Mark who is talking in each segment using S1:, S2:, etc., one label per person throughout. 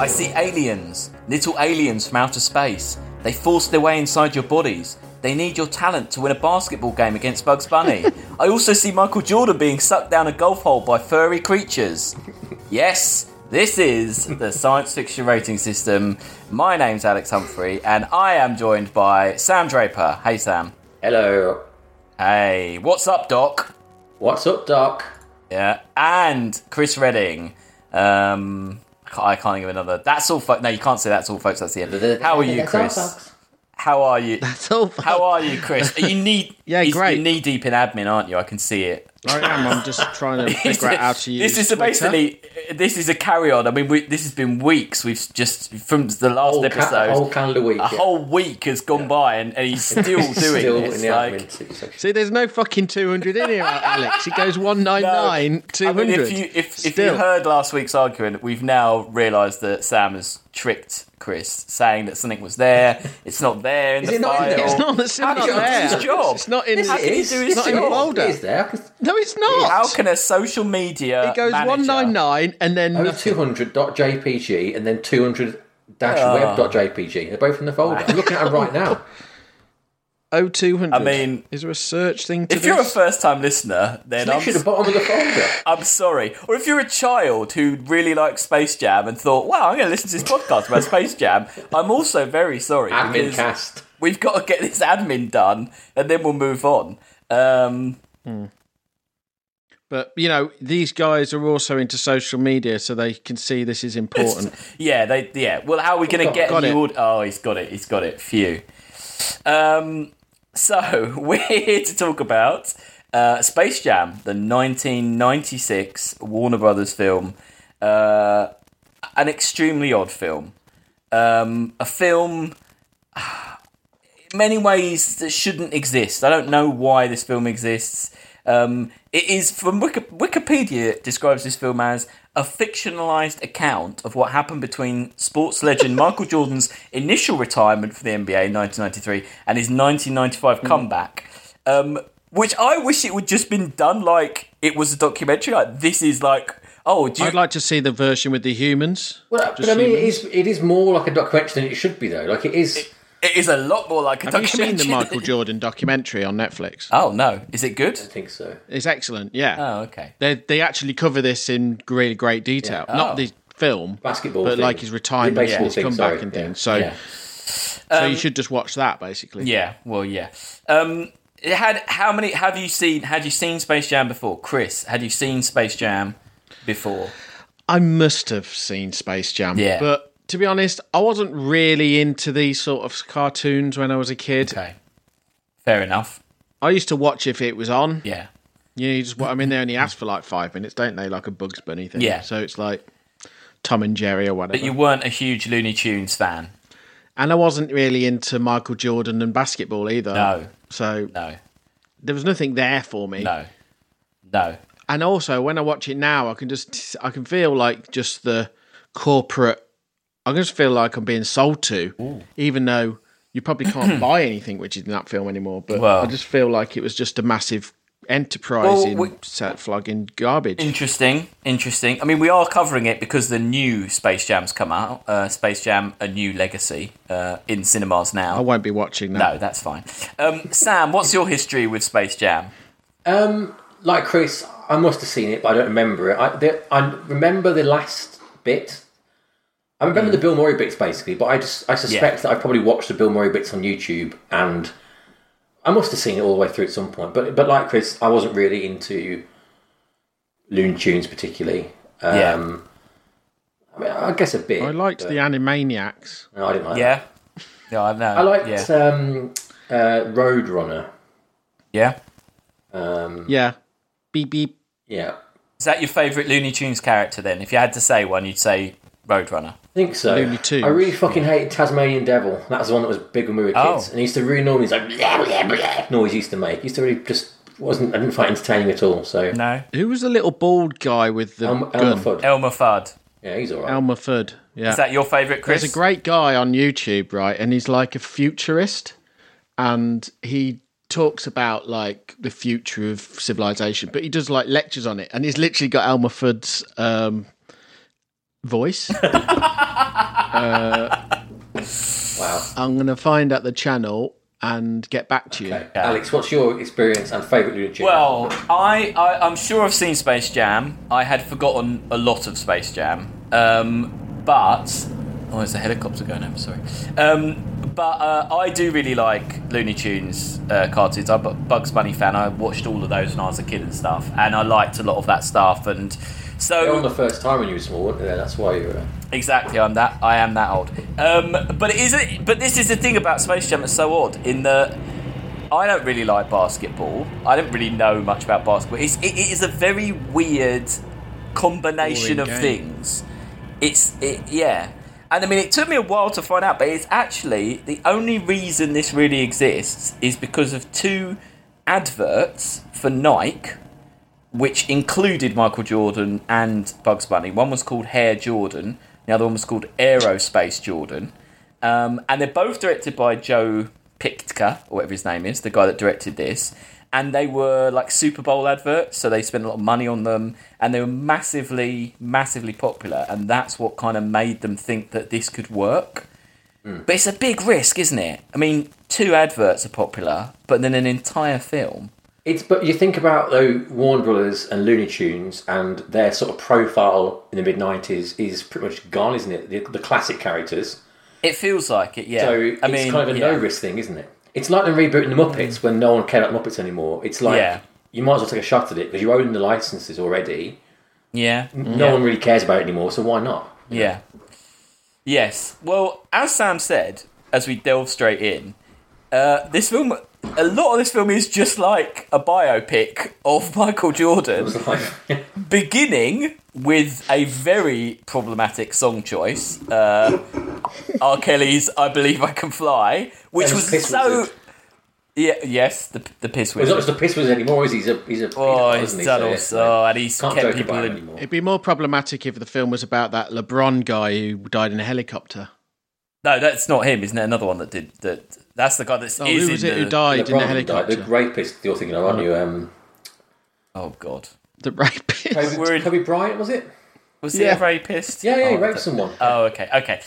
S1: I see aliens, little aliens from outer space. They force their way inside your bodies. They need your talent to win a basketball game against Bugs Bunny. I also see Michael Jordan being sucked down a golf hole by furry creatures. Yes, this is the science fiction rating system. My name's Alex Humphrey, and I am joined by Sam Draper. Hey, Sam.
S2: Hello.
S1: Hey, what's up, Doc?
S2: What's up, Doc?
S1: Yeah, and Chris Redding. Um, I can't- I can't think of another. That's all, folks. No, you can't say that's all, folks. That's the end. How are you,
S2: That's all,
S1: Chris?
S2: folks.
S1: How are you?
S3: So
S1: How are you, Chris? Are you knee?
S3: Yeah,
S1: he's-
S3: great.
S1: You're knee deep in admin, aren't you? I can see it.
S3: I am. I'm just trying to figure out how to use.
S1: this is a
S3: Twitter.
S1: basically this is a carry on. I mean, we, this has been weeks. We've just from the last
S2: Whole,
S1: episode,
S2: ca- whole calendar week.
S1: a whole week has gone by, and, and he's still doing
S2: Still
S1: this.
S2: in the
S1: like,
S2: admin section.
S3: See, there's no fucking 200 in here, Alex. It goes 199,
S1: I
S3: 200.
S1: mean, if you if, if you
S3: Still.
S1: heard last week's argument, we've now realised that Sam has tricked Chris, saying that something was there. It's not there in the
S2: it not in
S1: file.
S2: there?
S3: it's not, it's
S1: How
S3: not
S1: can you do
S3: there.
S1: his job?
S3: It's not in.
S1: How can you do his
S3: it's not in
S1: job?
S3: folder.
S2: It is there. I can-
S3: No, it's not.
S1: How can a social media
S3: it goes
S1: manager-
S3: 199 and then
S2: Oh,
S3: nothing.
S2: 200.jpg and then 200 web.jpg. They're both in the folder. I'm looking at them right now.
S3: oh 200.
S1: I mean,
S3: is there a search thing to
S1: if you're a
S3: this?
S1: first time listener, then I'm
S2: Literally the bottom of the folder.
S1: I'm sorry. Or if you're a child who really likes Space Jam and thought, wow, I'm going to listen to this podcast about Space Jam, I'm also very sorry.
S2: Admin
S1: because
S2: cast.
S1: We've got to get this admin done and then we'll move on. Um,
S3: but you know, these guys are also into social media, so they can see this is important.
S1: yeah, they, yeah. Well, how are we going to
S2: Got-
S1: get
S3: got
S1: you?
S3: it.
S1: Aud- oh, he's got it. He's got it. Phew. Um, so we're here to talk about uh, Space Jam, the 1996 Warner Brothers film. Uh, an extremely odd film. Um, a film in many ways that shouldn't exist. I don't know why this film exists. Um, it is from Wiki- Wikipedia it describes this film as a fictionalized account of what happened between sports legend Michael Jordan's initial retirement from the NBA in 1993 and his 1995
S3: Hmm.
S1: comeback. Um, which I wish it would just been done like it was a documentary. Like this is like oh, do you,
S3: I'd like to see the version with the humans.
S2: Well, but I mean, it is, it is more like a documentary than it should be, though. Like, it is.
S1: It is a lot more like a
S3: Have you
S1: documentary.
S3: seen the
S1: than-
S3: Michael Jordan documentary on Netflix?
S1: Oh no, is it good?
S2: I think so.
S3: It's excellent. Yeah.
S1: Oh okay.
S3: They they actually cover this in really great detail.
S1: Oh.
S3: Not the film,
S2: Basketball
S3: but
S2: thing.
S3: like his retirement,
S2: The baseball
S3: his
S2: thing,
S3: comeback,
S2: sorry,
S3: and
S2: yeah.
S3: things. So,
S2: Yeah.
S3: so you should just watch that basically.
S1: Um, Yeah. Well, yeah. Um, it had how many? Have you seen? Had you seen Space Jam before, Chris? Had you seen Space Jam before?
S3: I must have seen Space Jam.
S1: Yeah.
S3: But to be honest, I wasn't really into these sort of cartoons when I was a kid.
S1: Okay. Fair enough.
S3: I used to watch if it was on.
S1: Yeah.
S3: You know, you just I mean, they only ask for like five minutes, don't they? Like a Bugs Bunny thing.
S1: Yeah.
S3: So it's like Tom and Jerry or whatever.
S1: But you weren't a huge Looney Tunes fan.
S3: and I wasn't really into Michael Jordan and basketball either.
S1: No.
S3: So
S1: No.
S3: there was nothing there for me.
S1: No. No.
S3: and also when I watch it now, I can just I can feel like just the corporate. I can just feel like I'm being sold to, even though you probably can't buy anything which is in that film anymore. But
S1: Well-
S3: I just feel like it was just a massive enterprise
S1: Well,
S3: in
S1: we-
S3: set flogging garbage.
S1: Interesting. Interesting. I mean, we are covering it because the new Space Jam's come out. Uh, Space Jam: A New Legacy uh, in cinemas now.
S3: I won't be watching that.
S1: No, that's fine. Um, Sam, what's your history with Space Jam?
S2: Um, like Chris, I must have seen it, but I don't remember it. I, the, I remember the last bit. I remember the
S1: Mm.
S2: Bill Murray bits basically, but I just I suspect that I probably watched the Bill Murray bits on YouTube, and I must have seen it all the way through at some point. But but like Chris, I wasn't really into Looney Tunes particularly. Um,
S1: Yeah.
S2: I mean, I guess a bit.
S3: I liked the Animaniacs.
S2: No, I didn't like.
S1: Yeah. Yeah, I know.
S2: that. I liked
S1: yeah.
S2: um, uh, Road Runner.
S1: yeah.
S2: Um,
S3: Yeah, beep beep.
S2: yeah,
S1: Is that your favourite Looney Tunes character then? If you had to say one, you'd say Roadrunner.
S2: I think so.
S3: Looney Tunes.
S2: I really fucking hated Tasmanian Devil. That was the one that was big when we were kids,
S1: Oh.
S2: and he used to really annoy me. He's like blah, blah, blah, noise he used to make. He used to really just wasn't. I didn't find it entertaining at all. So
S1: No.
S3: Who was the little bald guy with the
S2: Elm,
S3: gun?
S2: Elmer Fudd.
S1: Elmer Fudd.
S2: yeah, he's all right.
S3: Elmer Fudd. Yeah.
S1: Is that your favourite, Chris?
S3: There's a great guy on YouTube, right? And he's like a futurist and he talks about like the future of civilization, but he does like lectures on it. And he's literally got Elmer Fudd's um, voice.
S2: Wow.
S3: I'm going to find out the channel and get back to you.
S2: Okay. Alex, what's your experience and favourite Looney Tune?
S1: Well, I, I I'm sure I've seen Space Jam. I had forgotten a lot of Space Jam, um, but oh, there's a helicopter going over. Sorry, um, but uh, I do really like Looney Tunes uh, cartoons. I'm a Bugs Bunny fan. I watched all of those when I was a kid and stuff, and I liked a lot of that stuff. And
S2: They were
S1: so
S2: on the first time when you were small, weren't they? That's why uh, you were.
S1: exactly, I'm that. I am that old. Um, but it isn't. But this is the thing about Space Jam that's so odd in that I don't really like basketball. I don't really know much about basketball. It's, it, it is a very weird combination
S3: Boring
S1: of
S3: game.
S1: things. It's it, yeah, and I mean it took me a while to find out, but it's actually the only reason this really exists is because of two adverts for Nike, which included Michael Jordan and Bugs Bunny. One was called Hair Jordan, the other one was called Aerospace Jordan. Um, and they're both directed by Joe Pictka, or whatever his name is, the guy that directed this. And they were like Super Bowl adverts, so they spent a lot of money on them, and they were massively, massively popular. And that's what kind of made them think that this could work. But it's a big risk, isn't it? I mean, two adverts are popular, but then an entire film.
S2: It's but you think about though Warner Brothers and Looney Tunes and their sort of profile in the mid '90s is pretty much gone, isn't it? The, the classic characters.
S1: It feels like it, yeah.
S2: So
S1: I
S2: it's
S1: mean,
S2: kind of a
S1: yeah. Mm.
S2: no risk thing, isn't it? It's like them rebooting the Muppets when no one cared about Muppets anymore. It's like
S1: Yeah.
S2: you might as well take a shot at it because you own the licenses already.
S1: Yeah.
S2: No one really cares about it anymore, so why not?
S1: Yeah. Yes. Well, as Sam said, as we delve straight in, uh, this film, a lot of this film is just like a biopic of Michael Jordan,
S2: It's like-
S1: beginning with a very problematic song choice, uh, R. Kelly's "I Believe I Can Fly," which
S2: And
S1: was
S2: Piss
S1: so.
S2: Wizard.
S1: Yeah. Yes. The the piss
S2: It's not
S1: wizard.
S2: just a piss wizard anymore, is he? He's a he's a
S1: Oh,
S2: pedophile,
S1: he's
S2: isn't he?
S1: done
S2: So,
S1: all
S2: yes,
S1: so, and he's
S2: Can't
S1: kept
S2: joke
S1: people
S2: about it
S1: in.
S2: anymore.
S3: It'd be more problematic if the film was about that LeBron guy who died in a helicopter.
S1: No, that's not him. Isn't it another one that did that? That's the guy that's
S3: Oh,
S1: is
S3: who was
S1: in
S3: it
S1: the,
S3: who died in
S2: LeBron
S3: the
S2: died,
S3: helicopter?
S2: the rapist you're thinking of, aren't you? Um,
S1: Oh God.
S3: The rapist.
S2: Kobe,
S1: We're-
S2: Kobe Bryant was it?
S1: Was
S3: Yeah.
S1: he a rapist?
S2: Yeah, yeah, he
S1: oh,
S2: raped
S1: that-
S2: someone.
S1: Oh, okay, okay.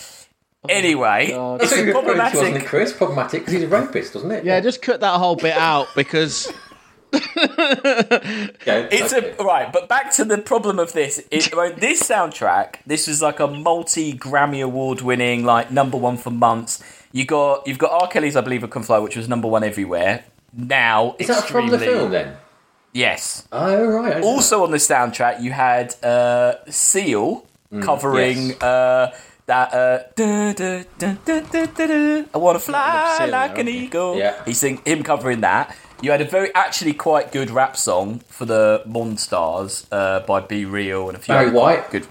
S1: Anyway,
S2: That's
S1: it's
S2: what you're referring to, wasn't it,
S1: problematic.
S2: Chris? Problematic because he's a rapist, wasn't it?
S3: Yeah, just cut that whole bit out because
S2: Okay,
S1: It's
S2: okay.
S1: a right, but back to the problem of this. It, well, this soundtrack, this was like a multi Grammy award winning, like number one for months. You got you've got R. Kelly's, I believe, I Can Fly, which was number one everywhere. Now
S2: Is that from the
S1: extremely-
S2: film then?
S1: Yes.
S2: Oh right. I didn't
S1: Also on the soundtrack, you had uh, Seal covering
S2: Mm, yes.
S1: uh, that. Uh, "Du- du- du- du- du- du- du, I want to fly
S3: Seal there,
S1: like an
S3: aren't you?
S1: eagle.
S2: Yeah.
S1: He sing him covering that. You had a very actually quite good rap song for the Monstars uh, by Be Real and a few
S2: Barry
S1: other
S2: White?
S1: Good.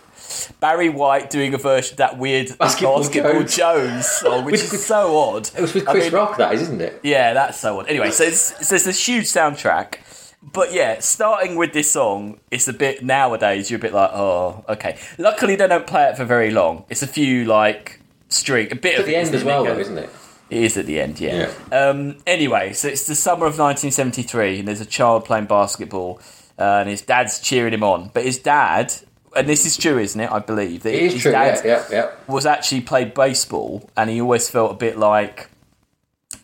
S1: Barry White doing a version of that weird
S2: Basketball
S1: Basketball,
S2: Jones.
S1: Jones. song, which
S2: Which
S1: is
S2: was-
S1: so odd.
S2: It was with Chris Rock, that is, isn't it?
S1: Yeah, that's so on. Anyway, so it's, so it's this huge soundtrack. But yeah, starting with this song, it's a bit nowadays. You're a bit like, oh, okay. Luckily, they don't play it for very long. It's a few like string, a bit
S2: At
S1: of
S2: the
S1: it,
S2: end
S1: isn't
S2: as well,
S1: it?
S2: though, isn't it?
S1: It is at the end, yeah. Um, anyway, so it's the summer of 1973, and there's a child playing basketball, uh, and his dad's cheering him on. But his dad, and this is true, isn't it? I believe that
S2: It is
S1: his
S2: true.
S1: dad
S2: Yeah, yeah, yeah.
S1: was actually played baseball, and he always felt a bit like,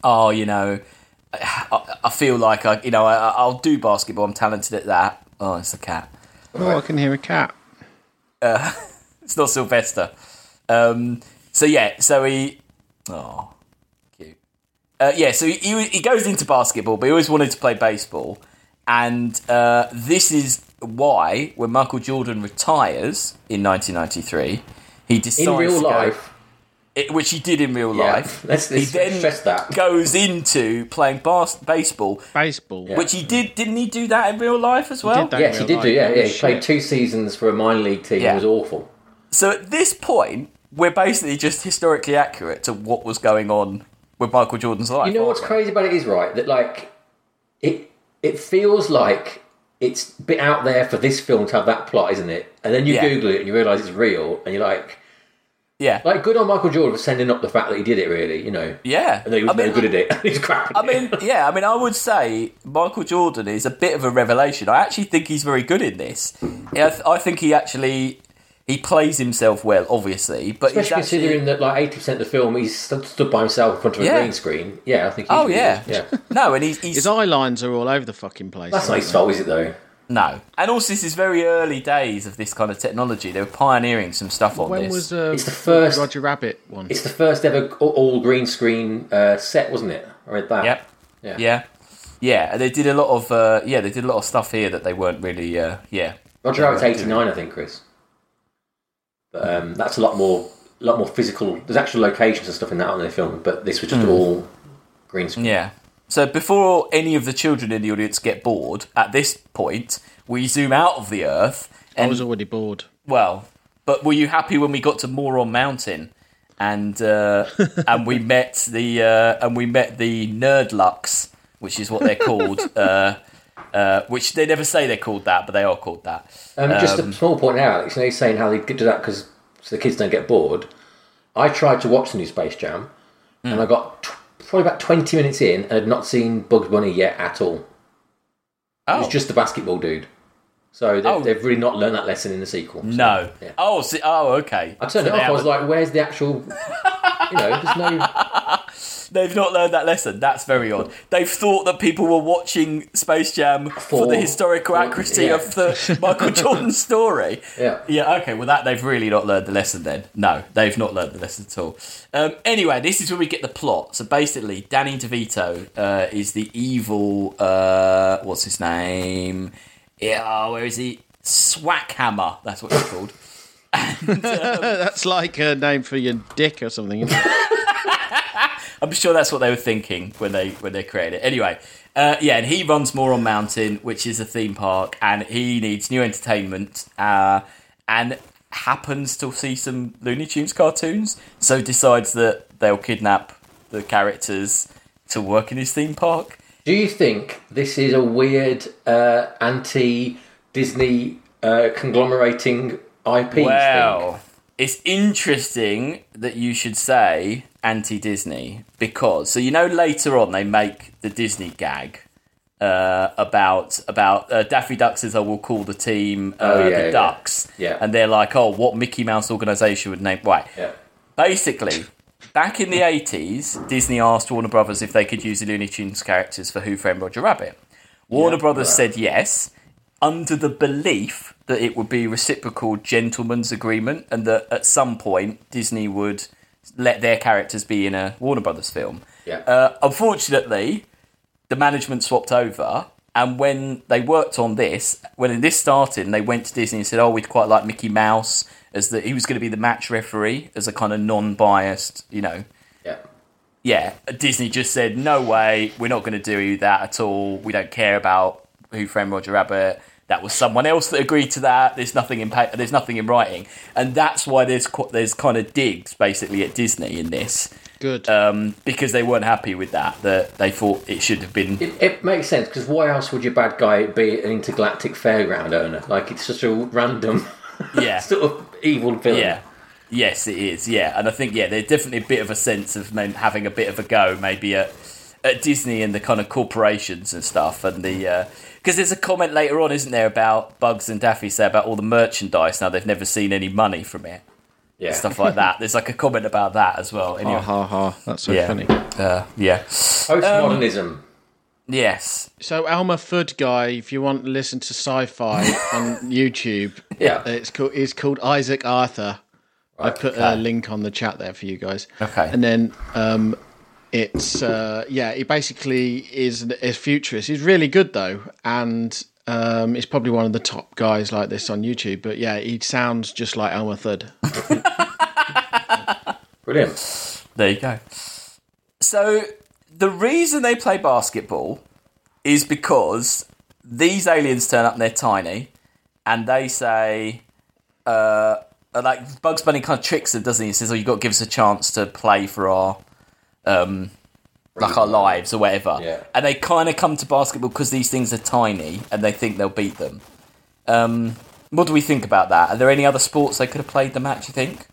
S1: oh, you know, I, I feel like I, you know, I, I'll do basketball. I'm talented at that. Oh, it's a cat.
S3: oh, I can hear a cat.
S1: It's not Sylvester. Um, so yeah, so he. Oh, cute. Uh, yeah, so he, he he goes into basketball, but he always wanted to play baseball, and uh, this is why when Michael Jordan retires in 1993, he
S2: In
S1: decides
S2: real
S1: to go-
S2: life,
S1: it- which he did in real
S2: yeah.
S1: life.
S2: Let's,
S1: he
S2: let's
S1: then
S2: stress that.
S1: goes into playing bas- baseball,
S3: Baseball.
S1: which he did. Didn't he do that in real life as well?
S3: did that.
S2: Yes, he
S3: real
S2: did do.
S3: life,
S2: Yeah, yeah.
S3: holy
S2: He played
S3: shit.
S2: two seasons for a minor league team.
S1: Yeah.
S2: It was awful.
S1: So at this point, we're basically just historically accurate to what was going on with Michael Jordan's life.
S2: You know what's
S1: aren't we?
S2: crazy about it is right that like it it feels like it's a bit out there for this film to have that plot, isn't it? And then you
S1: Yeah.
S2: Google it and you realise it's real, and you're like,
S1: Yeah,
S2: like good on Michael Jordan for sending up the fact that he did it. Really, you know,
S1: yeah.
S2: and that he was
S1: I mean,
S2: no good at it. He's crap. At
S1: I mean, yeah. I mean, I would say Michael Jordan is a bit of a revelation. I actually think he's very good in this. Yeah, I, th- I think he actually He plays himself well, obviously, but he's
S2: Especially
S1: actually-
S2: considering that like eighty percent of the film he's st- stood by himself in front of a
S1: Yeah.
S2: green screen. Yeah, I think. He's
S1: oh
S2: really
S1: yeah,
S2: good. yeah.
S1: no, and he's, he's
S3: His eye lines are all over the fucking place.
S2: That's not
S3: aren't
S2: his
S3: they?
S2: fault, is it though?
S1: no, and also this is very early days of this kind of technology. They were pioneering some stuff on
S3: When
S1: this.
S3: was uh,
S2: It's the first-
S3: Roger Rabbit one?
S2: It's the first ever all green screen uh, set, wasn't it? I read that.
S1: Yep.
S2: Yeah.
S1: Yeah. Yeah, they did a lot of uh, yeah, they did a lot of stuff here that they weren't really uh, yeah.
S2: Roger Rabbit's eighty nine, I think, Chris. But um, that's a lot more, a lot more physical. There's actual locations and stuff in that on the film, but this was just
S1: Hmm.
S2: all green screen.
S1: Yeah. So before any of the children in the audience get bored, at this point we zoom out of the Earth
S3: I
S1: and
S3: was already bored.
S1: well, but were you happy when we got to Moron Mountain and uh, and we met the uh, and we met the Nerdlux, which is what they're called. uh, uh, which they never say they're called that, but they are called that.
S2: Um, just a small point now, Alex. You know, he's saying how they do that because so the kids don't get bored. I tried to watch the new Space Jam,
S1: Hmm.
S2: and I got t- probably about twenty minutes in, and had not seen Bugs Bunny yet at all. It
S1: Oh.
S2: was just the basketball dude. So they,
S1: Oh.
S2: they've really not learned that lesson in the sequel. so,
S1: No.
S2: yeah.
S1: Oh, see, oh, okay.
S2: I turned
S1: So
S2: it off.
S1: they
S2: I was
S1: haven't-
S2: like, "Where's the actual?" You know, there's no.
S1: They've not learned that lesson. That's very odd. They've thought that people were watching Space Jam for,
S2: For-
S1: the historical
S2: for-
S1: accuracy
S2: yeah.
S1: of the Michael Jordan story.
S2: Yeah.
S1: Yeah, okay. Well, that they've really not learned the lesson then. No, they've not learned the lesson at all. Um, anyway, this is where we get the plot. So basically, Danny DeVito uh, is the evil. Uh, what's his name? Yeah, oh, where is he? Swackhammer. That's what he's called.
S3: That's like a name for your dick or something. Isn't it?
S1: I'm sure that's what they were thinking when they when they created it. Anyway, uh, yeah, and he runs Moron Mountain, which is a theme park, and he needs new entertainment, uh, and happens to see some Looney Tunes cartoons, so decides that they'll kidnap the characters to work in his theme park.
S2: Do you think this is a weird uh, anti-Disney uh, conglomerating IPs thing?
S1: Well, it's interesting that you should say anti Disney because so you know later on they make the Disney gag uh, about about uh, Daffy Duck says I will call the team uh,
S2: Oh, yeah,
S1: the
S2: yeah.
S1: Ducks
S2: Yeah.
S1: and they're like oh what Mickey Mouse organization would name right
S2: Yeah.
S1: basically. Back in the 80s, Disney asked Warner Brothers if they could use the Looney Tunes characters for Who Framed Roger Rabbit. Warner Brothers said yes, under the belief that it would be reciprocal gentleman's agreement and that at some point Disney would let their characters be in a Warner Brothers film.
S2: Yeah.
S1: Uh, unfortunately, the management swapped over, and when they worked on this, when this started, they went to Disney and said, "Oh, we'd quite like Mickey Mouse as the he was going to be the match referee as a kind of non-biased, you know."
S2: yeah.
S1: yeah, Disney just said, no way, we're not going to do that at all. We don't care about Who Framed Roger Rabbit. That was someone else that agreed to that. There's nothing in pa- there's nothing in writing, and that's why there's qu- there's kind of digs basically at Disney in this
S3: Good.
S1: um, because they weren't happy with that. That they thought it should have been
S2: It, it makes sense because why else would your bad guy be an intergalactic fairground owner? Like it's such a random
S1: yeah
S2: sort of evil villain.
S1: yeah yes it is yeah, and I think yeah there's definitely a bit of a sense of men having a bit of a go maybe at at Disney and the kind of corporations and stuff and the because there's a comment later on isn't there about Bugs and Daffy say about all the merchandise now they've never seen any money from it
S2: yeah.
S1: stuff like that there's like a comment about that as well anyway
S3: Ha ha ha. Oh, That's so
S1: yeah
S3: funny.
S1: uh, yeah
S2: Postmodernism.
S1: yes
S3: So Alma Fudd guy, if you want to listen to sci-fi on YouTube,
S2: yeah.
S3: it's called it's called Isaac Arthur. I put a link on the chat there for you guys.
S1: Okay.
S3: And then um, it's uh, yeah, he basically is is futurist. He's really good though, and um, he's probably one of the top guys like this on YouTube. But yeah, he sounds just like Alma Fudd.
S2: Brilliant.
S1: There you go. So the reason they play basketball is because these aliens turn up and they're tiny, and they say, uh, like Bugs Bunny kind of tricks them, doesn't he? He says, "Oh, you have got to give us a chance to play for our." Um, like our lives or whatever,
S2: Yeah.
S1: and they kind of come to basketball because these things are tiny and they think they'll beat them. Um, what do we think about that? Are there any other sports they could have played them at? Do you think?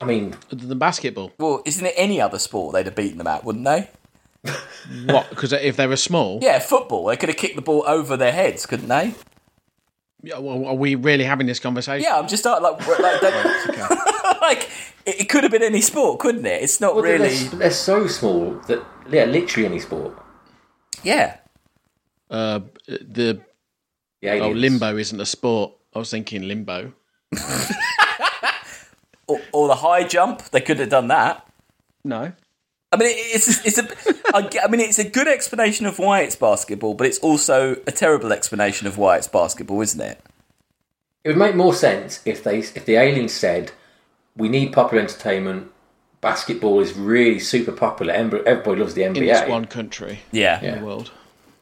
S2: I mean,
S3: Other than basketball,
S1: Well, isn't it any other sport they'd have beaten them at, wouldn't they?
S3: what? Because if they were small,
S1: Yeah, football. They could have kicked the ball over their heads, couldn't they?
S3: Yeah, well, are we really having this conversation?
S1: Yeah, I'm just uh, like w- like, don't- like it, it could have been any sport, couldn't it? It's not
S2: Well, they're-
S1: really.
S2: They're, they're so small that yeah, literally any sport.
S1: Yeah,
S3: Uh, the
S2: Yeah.
S3: oh, limbo isn't a sport. I was thinking limbo.
S1: or, or the high jump, they could have done that.
S3: No.
S1: I mean, it- it's it's a. I ge- I mean, it's a good explanation of why it's basketball, but it's also a terrible explanation of why it's basketball, isn't it?
S2: It would make more sense if they if the aliens said, "We need popular entertainment. Basketball is really super popular. Emb- Everybody loves the
S3: In
S2: NBA."
S3: this one country
S1: Yeah,
S3: in the world.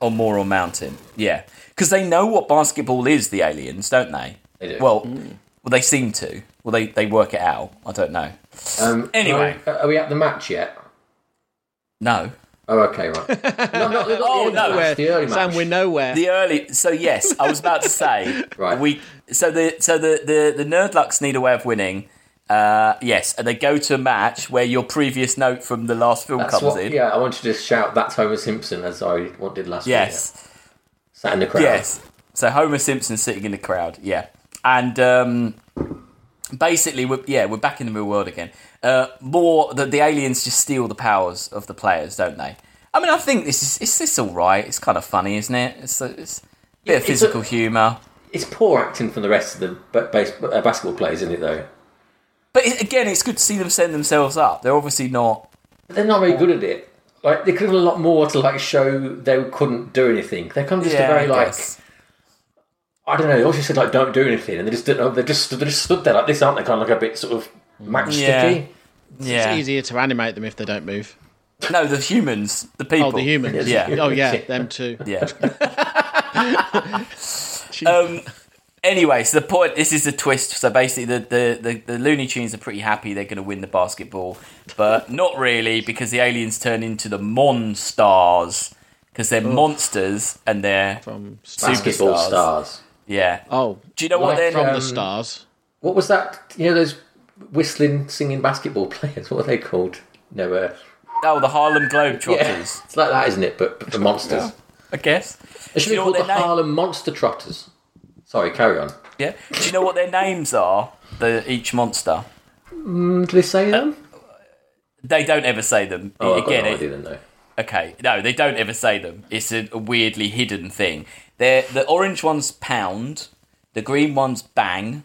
S1: or Moral Mountain. Yeah, because they know what basketball is. The aliens, don't they?
S2: They do.
S1: Well, well, they seem to. Well, they they work it out. I don't know.
S2: Um,
S1: Anyway.
S2: are, are we at the match yet?
S1: No,
S2: Oh, okay, right. no, not, not
S1: Oh,
S2: the early
S1: no.
S2: match, the early
S3: Sam,
S2: match.
S3: we're nowhere.
S1: the early. So yes, I was about to say
S2: Right.
S1: we. So the so the the the nerdlucks need a way of winning. Uh, yes, and they go to a match where your previous note from the last film
S2: That's
S1: comes
S2: what-
S1: in.
S2: Yeah, I want you to just shout "That's Homer Simpson" as I what did last
S1: Yes.
S2: week. Sat in the crowd.
S1: Yes. So Homer Simpson sitting in the crowd. Yeah. And um, basically, we're, yeah, we're back in the real world again. Uh, more that the aliens just steal the powers of the players, don't they? I mean, I think this is is this all right? It's kind of funny, isn't it? It's a, it's a bit of
S2: it's
S1: physical
S2: a-
S1: humour.
S2: It's poor acting from the rest of the ba- base, uh, basketball players, isn't it? Though
S1: But it, again, it's good to see them send themselves up. They're obviously not.
S2: they're not very good at it. Like they could have done a lot more to like show they couldn't do anything. They're kind of just
S1: Yeah,
S2: a
S1: I
S2: very like
S1: guess.
S2: I don't know. They also said like don't do anything, and they just didn't. They just they just stood there like this, aren't they? Kind of like a bit sort of matchsticky.
S1: yeah.
S3: It's easier to animate them if they don't move.
S1: No, the humans, the people.
S3: Oh, the humans.
S1: Yeah.
S3: Oh, yeah, them too.
S1: Yeah. um, anyway, so the point this is the twist. So basically, the, the, the, the Looney Tunes are pretty happy they're going to win the basketball, but not really because the aliens turn into the Monstars because they're monsters and they're.
S3: From st-
S2: Oh. Basketball
S1: Superstars.
S2: stars.
S1: Yeah.
S3: oh,
S1: Do you know what
S2: Like
S1: they're.
S3: from
S2: um,
S3: the stars.
S2: What was that? You know those whistling, singing basketball players. What are they called? No, uh,
S1: oh, the Harlem Globetrotters,
S2: yeah, it's like that, isn't it? But, but the monsters.
S1: I guess.
S2: It
S1: Do
S2: should be
S1: you know what
S2: called the
S1: their name-
S2: Harlem Monster Trotters. Sorry, carry on.
S1: Yeah. Do you know what their names are, the, each monster?
S2: Mm, do they say them?
S1: They don't ever say them.
S2: Oh, I've got
S1: Um, Again,
S2: no
S1: it-
S2: idea then, though.
S1: Okay, no, they don't ever say them. It's a weirdly hidden thing. They're, the orange one's pound, the green one's bang,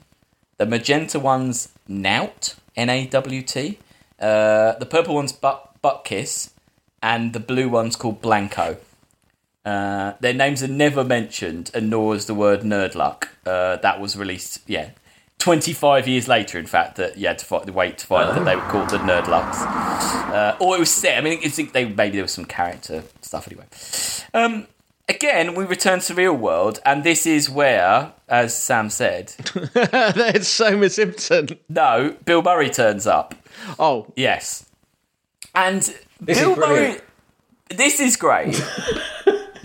S1: the magenta one's nout, N A W T, uh, the purple one's butt, butt kiss, and the blue one's called Blanco. Uh, their names are never mentioned, and nor is the word nerdluck. Uh, that was released, yeah, 25 years later, in fact, that you had to fight, wait to find that they were called the nerdlucks. Uh, or it was set. I mean, it's, they, maybe there was some character stuff anyway. Um, again, we return to real world, and this is where, as Sam said,
S3: There's Homer Simpson.
S1: no, Bill Murray turns up.
S3: Oh,
S1: Yes, and
S2: is
S1: Bill Murray.
S2: brilliant.
S1: This is great.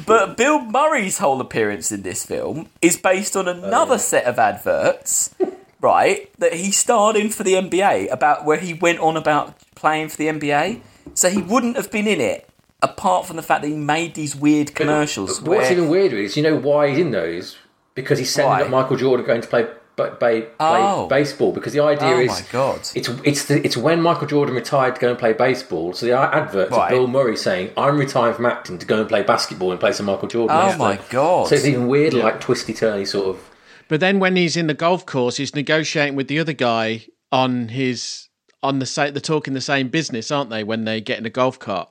S1: But Bill Murray's whole appearance in this film is based on
S2: Oh,
S1: another set of adverts, right, that he starred in for the NBA about where he went on about playing for the NBA. So he wouldn't have been in it apart from the fact that he made these weird commercials.
S2: But What's
S1: where-
S2: even weirder is, you know why he's in those? Because he's sending
S1: Why?
S2: up Michael Jordan going to play, ba- ba- play
S1: Oh.
S2: baseball. Because the idea
S1: Oh
S2: is,
S1: my god.
S2: it's it's the, it's when Michael Jordan retired to go and play baseball. So the advert
S1: Right.
S2: to Bill Murray saying, "I'm retired from acting to go and play basketball and play some Michael Jordan."
S1: Oh
S2: instead."
S1: my god.
S2: So it's even weird, like twisty turny sort of.
S3: But then when he's in the golf course, he's negotiating with the other guy on his on the same. They're talking the same business, aren't they? When they get in a golf cart,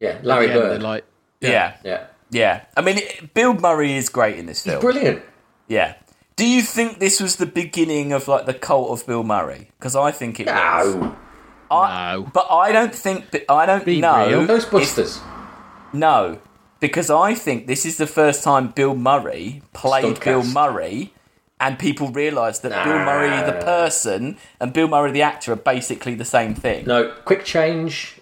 S2: Yeah, Larry
S3: yeah, they're
S2: Bird.
S3: like,
S1: yeah. yeah.
S2: yeah,
S1: I mean, it- Bill Murray is great in this film.
S2: brilliant.
S1: Yeah. Do you think this was the beginning of like the cult of Bill Murray? Because I think it was.
S2: Ow.
S1: I-
S3: No.
S1: But I don't think. but I don't know.
S3: real.
S2: Ghostbusters.
S1: No, because I think this is the first time Bill Murray played
S2: Stuntcast.
S1: Bill Murray, and people realised that Bill Murray the person and Bill Murray the actor are basically the same thing.
S2: No, quick change.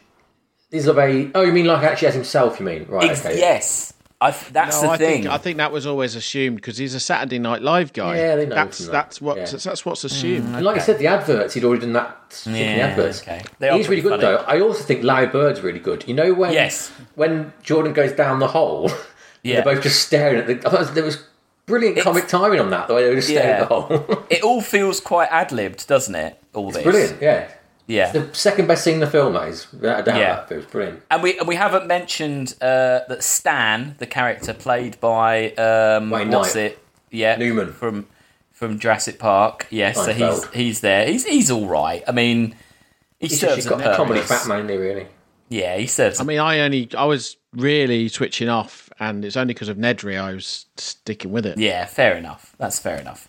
S2: These are very. Oh, you mean like actually as himself? You mean right?
S1: Ex-
S2: okay.
S1: Yes, I, th- that's
S3: No,
S1: the
S3: I
S1: thing.
S3: think I think that was always assumed because he's a Saturday Night Live guy.
S2: Yeah, they know
S3: that's
S2: from that.
S3: that's what
S2: Yeah.
S3: that's what's assumed.
S1: Mm.
S2: And like I said, the adverts he'd already done that.
S1: Yeah,
S2: the adverts.
S1: okay. They are
S2: He's really good
S1: pretty funny.
S2: though. I also think Larry Bird's really good. You know when?
S1: Yes.
S2: When Jordan goes down the hole,
S1: Yeah.
S2: they're both just staring at. The, I thought there was Brilliant comic timing on that, the way they just stayed
S1: Yeah.
S2: the whole.
S1: It all feels quite ad libbed, doesn't it? All this.
S2: brilliant, yeah.
S1: Yeah.
S2: The second best scene in the film, that is, without a doubt,
S1: Yeah.
S2: that feels brilliant.
S1: And we and we haven't mentioned uh, that Stan, the character played by um,
S2: Wayne
S1: what's
S2: Knight.
S1: it? Yeah,
S2: Newman.
S1: from from Jurassic Park. Yes, so he's
S2: Seinfeld.
S1: he's there. He's he's all right. I mean, he
S2: He's
S1: serves
S2: just
S1: a
S2: got a comedy
S1: purpose.
S2: fat man in there, really.
S1: Yeah, he serves.
S3: I mean, I only I was really switching off, and it's only because of Nedry I was sticking with it.
S1: yeah, fair enough. That's fair enough.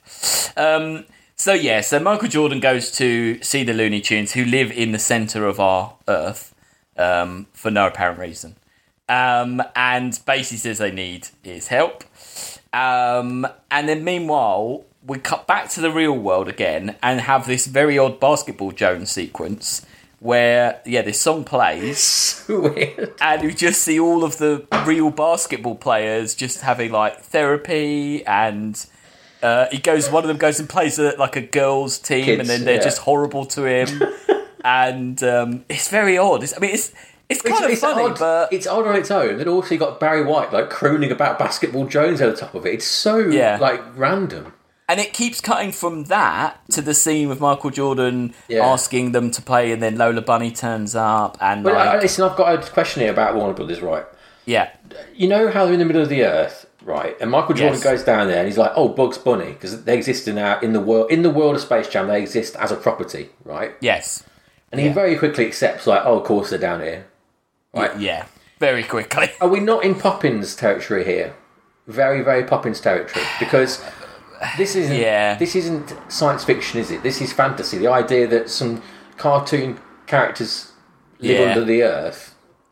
S1: Um, so yeah, so Michael Jordan goes to see the Looney Tunes, who live in the center of our Earth, um, for no apparent reason, um, and basically says they need is help. Um, and then meanwhile, we cut back to the real world again and have this very odd basketball Jones sequence where yeah, this song plays
S2: So weird.
S1: and you just see all of the real basketball players just having like therapy and uh, he goes one of them goes and plays at like a girls team and
S2: Kids,
S1: then they're
S2: yeah.
S1: just horrible to him and um, it's very odd it's, i mean it's it's kind of funny
S2: odd,
S1: but
S2: it's odd on its own. Then also you got Barry White like crooning about Basketball Jones over the top of it. It's so
S1: Yeah.
S2: like random.
S1: and it keeps cutting from that to the scene with michael jordan
S2: Yeah.
S1: asking them to play and then lola bunny turns up and
S2: But
S1: like
S2: I, listen, I've got a question here about Warner Brothers, right?
S1: yeah
S2: You know how they're in the middle of the earth, right? And Michael Jordan
S1: Yes.
S2: goes down there and he's like, "Oh, Bugs Bunny," because they exist in our in the world in the world of Space Jam. They exist as a property, right?
S1: yes
S2: And he very quickly accepts, like, "Oh, of course they're down here." Right?
S1: yeah very quickly
S2: Are we not in Poppins territory here? Very, very Poppins territory because this isn't
S1: Yeah.
S2: this isn't science fiction, is it? This is fantasy. The idea that some cartoon characters live
S1: Yeah.
S2: under the earth.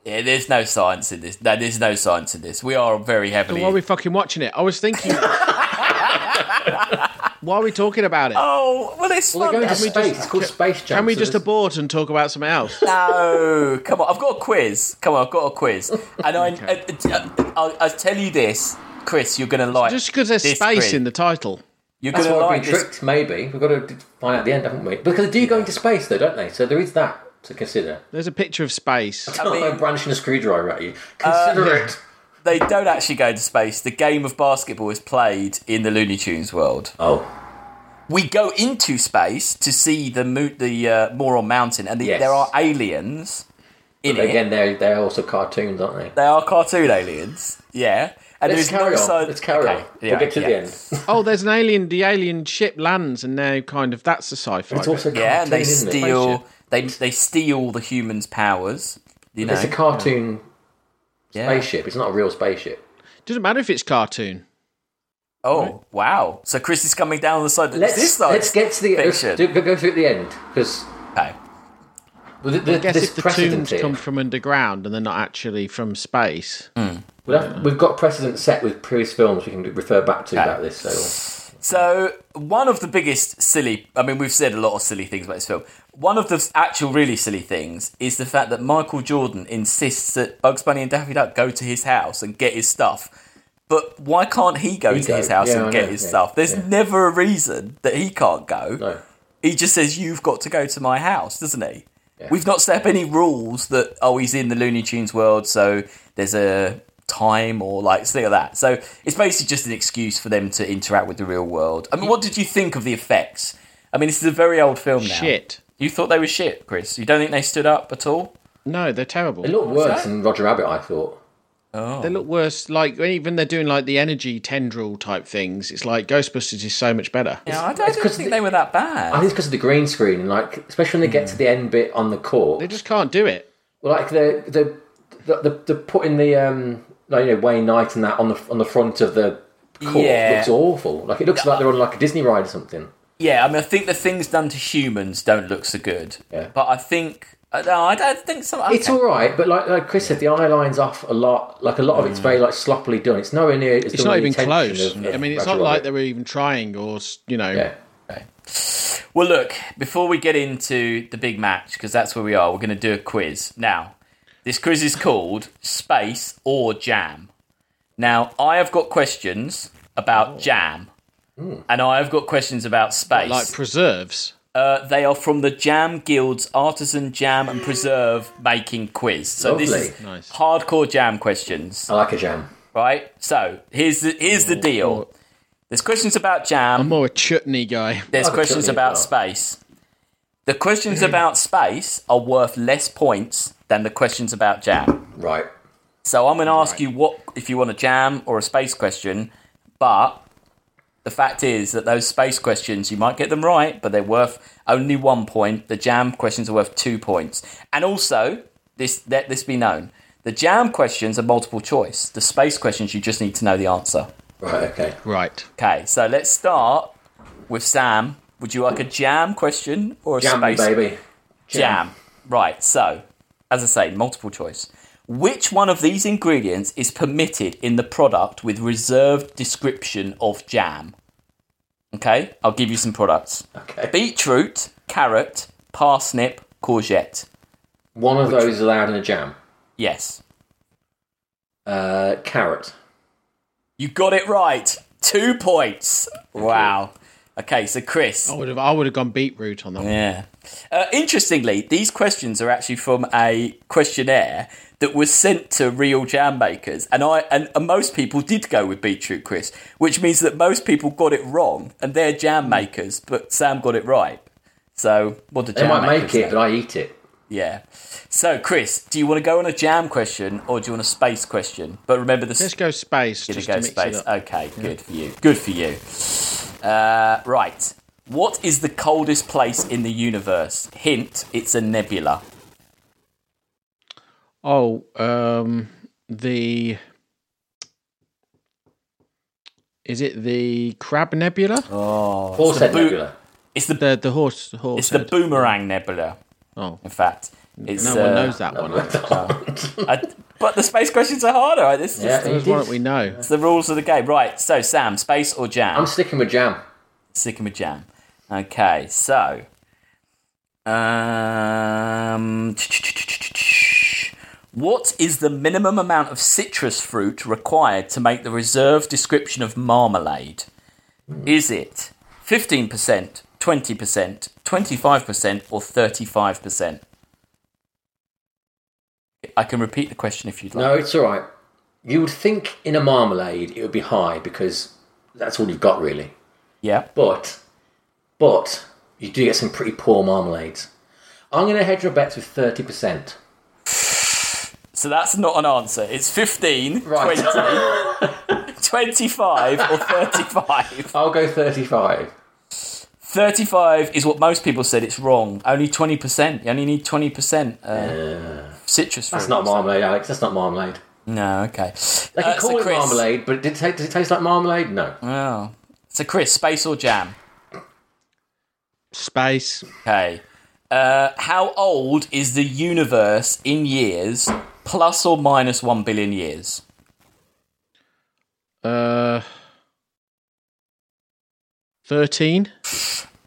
S1: yeah, there's no science in this no, there's no science in this we are very heavily
S3: Why are we fucking watching it? I was thinking. why are we talking about it?
S1: Oh, well, it's
S2: Well,
S1: fun.
S2: they're going to
S1: Can we
S2: space. it's called Space Jam.
S3: Can we
S2: so
S3: just
S2: there's-
S3: abort and talk about something else?
S1: No, come on. I've got a quiz. Come on, I've got a quiz. And I, uh, I, I, I tell you this, Chris, you're going to like.
S3: Just because there's
S1: this
S3: space
S1: quiz.
S3: in the title.
S1: You're
S2: That's
S1: going to
S2: why we've
S1: like
S2: been
S1: this.
S2: tricked, maybe. We've got to d- find out at the end, haven't we? Because they do go into space, though, don't they? So there is that to consider.
S3: There's a picture of space.
S2: I mean,
S1: mean-
S2: no branching a screwdriver at you.
S1: Uh,
S2: Consider it.
S1: They don't actually go to space. The game of basketball is played in the Looney Tunes world.
S2: Oh,
S1: We go into space to see the mo- the uh, Moron Mountain, and the,
S2: Yes.
S1: there are aliens in it.
S2: again, they're they're also cartoons, aren't they?
S1: They are cartoon aliens. Yeah. And
S2: Let's
S1: there's
S2: carry
S1: no
S2: on.
S1: sci-
S2: Let's carry
S1: Okay,
S2: on.
S1: yeah,
S2: we'll get to
S1: yeah.
S2: the end.
S3: Oh, there's an alien. The alien ship lands, and now kind of that's the sci-fi.
S2: It's also cartoon,
S1: Yeah, and they
S2: isn't it?
S1: steal they they steal the humans' powers. You know,
S2: It's a cartoon
S1: Yeah.
S2: spaceship. It's not a real spaceship.
S3: Doesn't matter if it's cartoon.
S1: Oh wow! So Chris is coming down on the side. that-
S2: Let's
S1: this side.
S2: let's get to the let's
S1: fiction.
S2: do- go, go through at the end because
S1: Okay.
S2: the, the,
S3: guess
S2: this
S3: if the
S2: precedent
S3: tombs
S2: here.
S3: come from underground and they're not actually from space.
S2: We'll have- We've got precedent set with previous films we can refer back to about this. So
S1: So one of the biggest silly. I mean, we've said a lot of silly things about this film. One of the actual really silly things is the fact that Michael Jordan insists that Bugs Bunny and Daffy Duck go to his house and get his stuff. But why can't he go to
S2: go.
S1: his house
S2: Yeah,
S1: and
S2: I
S1: get
S2: know,
S1: his
S2: yeah,
S1: stuff? There's
S2: yeah.
S1: never a reason that he can't go.
S2: no,
S1: He just says, You've got to go to my house, doesn't he? We've not set up any rules that, oh, he's in the Looney Tunes world, so there's a time or like something like that. So it's basically just an excuse for them to interact with the real world. I mean, what did you think of the effects? I mean, this is a very old film now.
S3: Shit.
S1: You thought they were shit, Chris. You don't think they stood up at all?
S3: No, they're terrible. Oh.
S2: it looked worse than Roger Rabbit. I thought.
S3: They look worse. Like even they're doing like the energy tendril type things. It's like Ghostbusters is so much better.
S1: Yeah, I don't, I don't
S2: 'cause
S1: think
S2: the-
S1: they were that
S2: I
S1: bad.
S2: think it's because of the green screen, and like especially when they
S3: Hmm.
S2: get to the end bit on the court,
S3: They just can't do it.
S2: well, like the the the, the, the putting the um like you know Wayne Knight and that on the on the front of the court
S1: Yeah.
S2: looks awful. Like it looks like they're on like a Disney ride or something.
S1: Yeah, I mean, I think the things done to humans don't look so good.
S2: Yeah.
S1: But I think. uh, No, I don't think so.
S2: It's all right, but like, like Chris said, the eye line's off a lot. Like a lot of it's very like sloppily done. It's nowhere near. It's,
S3: Mm. It's
S2: done
S3: not
S2: with
S3: even
S2: the intention
S3: close.
S2: of-
S3: I
S2: of
S3: mean, it's
S2: Roger
S3: not like
S2: Rabbit.
S3: they were even trying, or s- you know,
S2: Yeah.
S1: Well, look, before we get into the big match, because that's where we are, we're going to do a quiz. Now, this quiz is called Space or Jam. Now, I have got questions about jam, and I have got questions about space.
S3: like preserves.
S1: Uh, they are from the Jam Guild's Artisan Jam and Preserve Making Quiz. So this is
S2: Lovely.
S3: Nice.
S1: hardcore jam questions
S2: I like a jam.
S1: right? So here's the here's the deal. There's questions about jam.
S3: I'm more a chutney guy.
S1: There's
S2: Like a
S1: questions
S2: chutney
S1: about
S2: as
S1: space. The questions about space are worth less points than the questions about jam.
S2: Right.
S1: So I'm going to ask you what if you want a jam or a space question, but the fact is that those space questions you might get them right, but they're worth only one point. The jam questions are worth two points. And also, this let this be known: the jam questions are multiple choice. The space questions you just need to know the answer.
S2: Right. Okay.
S3: Right.
S1: Okay, so let's start with Sam. Would you like a jam question or a
S2: Jam,
S1: space
S2: baby.
S1: jam? Right. So, as I say, multiple choice. Which one of these ingredients is permitted in the product with reserved description of jam? Okay, I'll give you some products:
S2: Okay.
S1: beetroot, carrot, parsnip, courgette.
S2: One of those is allowed in a jam.
S1: Yes,
S2: Uh, carrot.
S1: you got it right. Two points. Wow. Okay, so Chris.
S3: I would have. I would have gone beetroot on that. one.
S1: Yeah. Uh, interestingly, these questions are actually from a questionnaire that was sent to real jam makers, and I and, and most people did go with beetroot, Chris, which means that most people got it wrong, and they're
S2: Hmm.
S1: jam makers, but Sam got it right. So what did
S2: They
S1: jam
S2: might
S1: makers
S2: make it,
S1: say?
S2: but I eat it.
S1: Yeah. So Chris, do you want to go on a jam question or do you want a space question? But remember the
S3: Let's go space.
S1: to
S3: Just
S1: go
S3: to mix
S1: space.
S3: It up.
S1: Okay, good for you. Good for you. Uh, right. What is the coldest place in the universe? Hint: It's a nebula.
S3: Oh, um, the. Is it the Crab Nebula?
S1: Oh.
S3: Oh,
S2: Horse head
S1: boot-
S2: nebula.
S1: It's the
S3: The the horse the horse.
S1: it's the
S3: head.
S1: boomerang nebula.
S3: oh,
S1: In fact, it's
S3: no one
S1: uh,
S3: knows that one.
S1: I- but the space questions are harder. right? This is
S2: Yeah,
S1: just
S2: he
S3: Why don't
S2: did.
S3: we know?
S1: the rules of the game, right? So Sam, space or jam?
S2: I'm sticking with jam.
S1: Sycamore Jam. Okay, so um, what is the minimum amount of citrus fruit required to make the reserve description of marmalade? Is it fifteen percent, twenty percent, twenty-five percent, or thirty-five percent? I can repeat the question if you'd like.
S2: No, it's all right. You would think in a marmalade it would be high because that's all you've got really.
S1: Yeah.
S2: But, but you do get some pretty poor marmalades. I'm going to hedge your bets with thirty percent.
S1: So that's not an answer. It's 15,
S2: Right.
S1: 20, 25, or 35.
S2: I'll go thirty-five.
S1: 35 is what most people said it's wrong. Only 20%. You only need 20% uh, citrus fruit.
S2: That's not marmalade, Alex. That's not marmalade.
S1: No, okay.
S2: They can
S1: Uh,
S2: call
S1: so
S2: it
S1: Chris-
S2: marmalade, but did it, taste, does it taste like marmalade? No.
S1: Oh. So, Chris, space or jam?
S3: Space.
S1: Okay. Uh, how old is the universe in years, plus or minus 1 billion years?
S3: Uh, thirteen.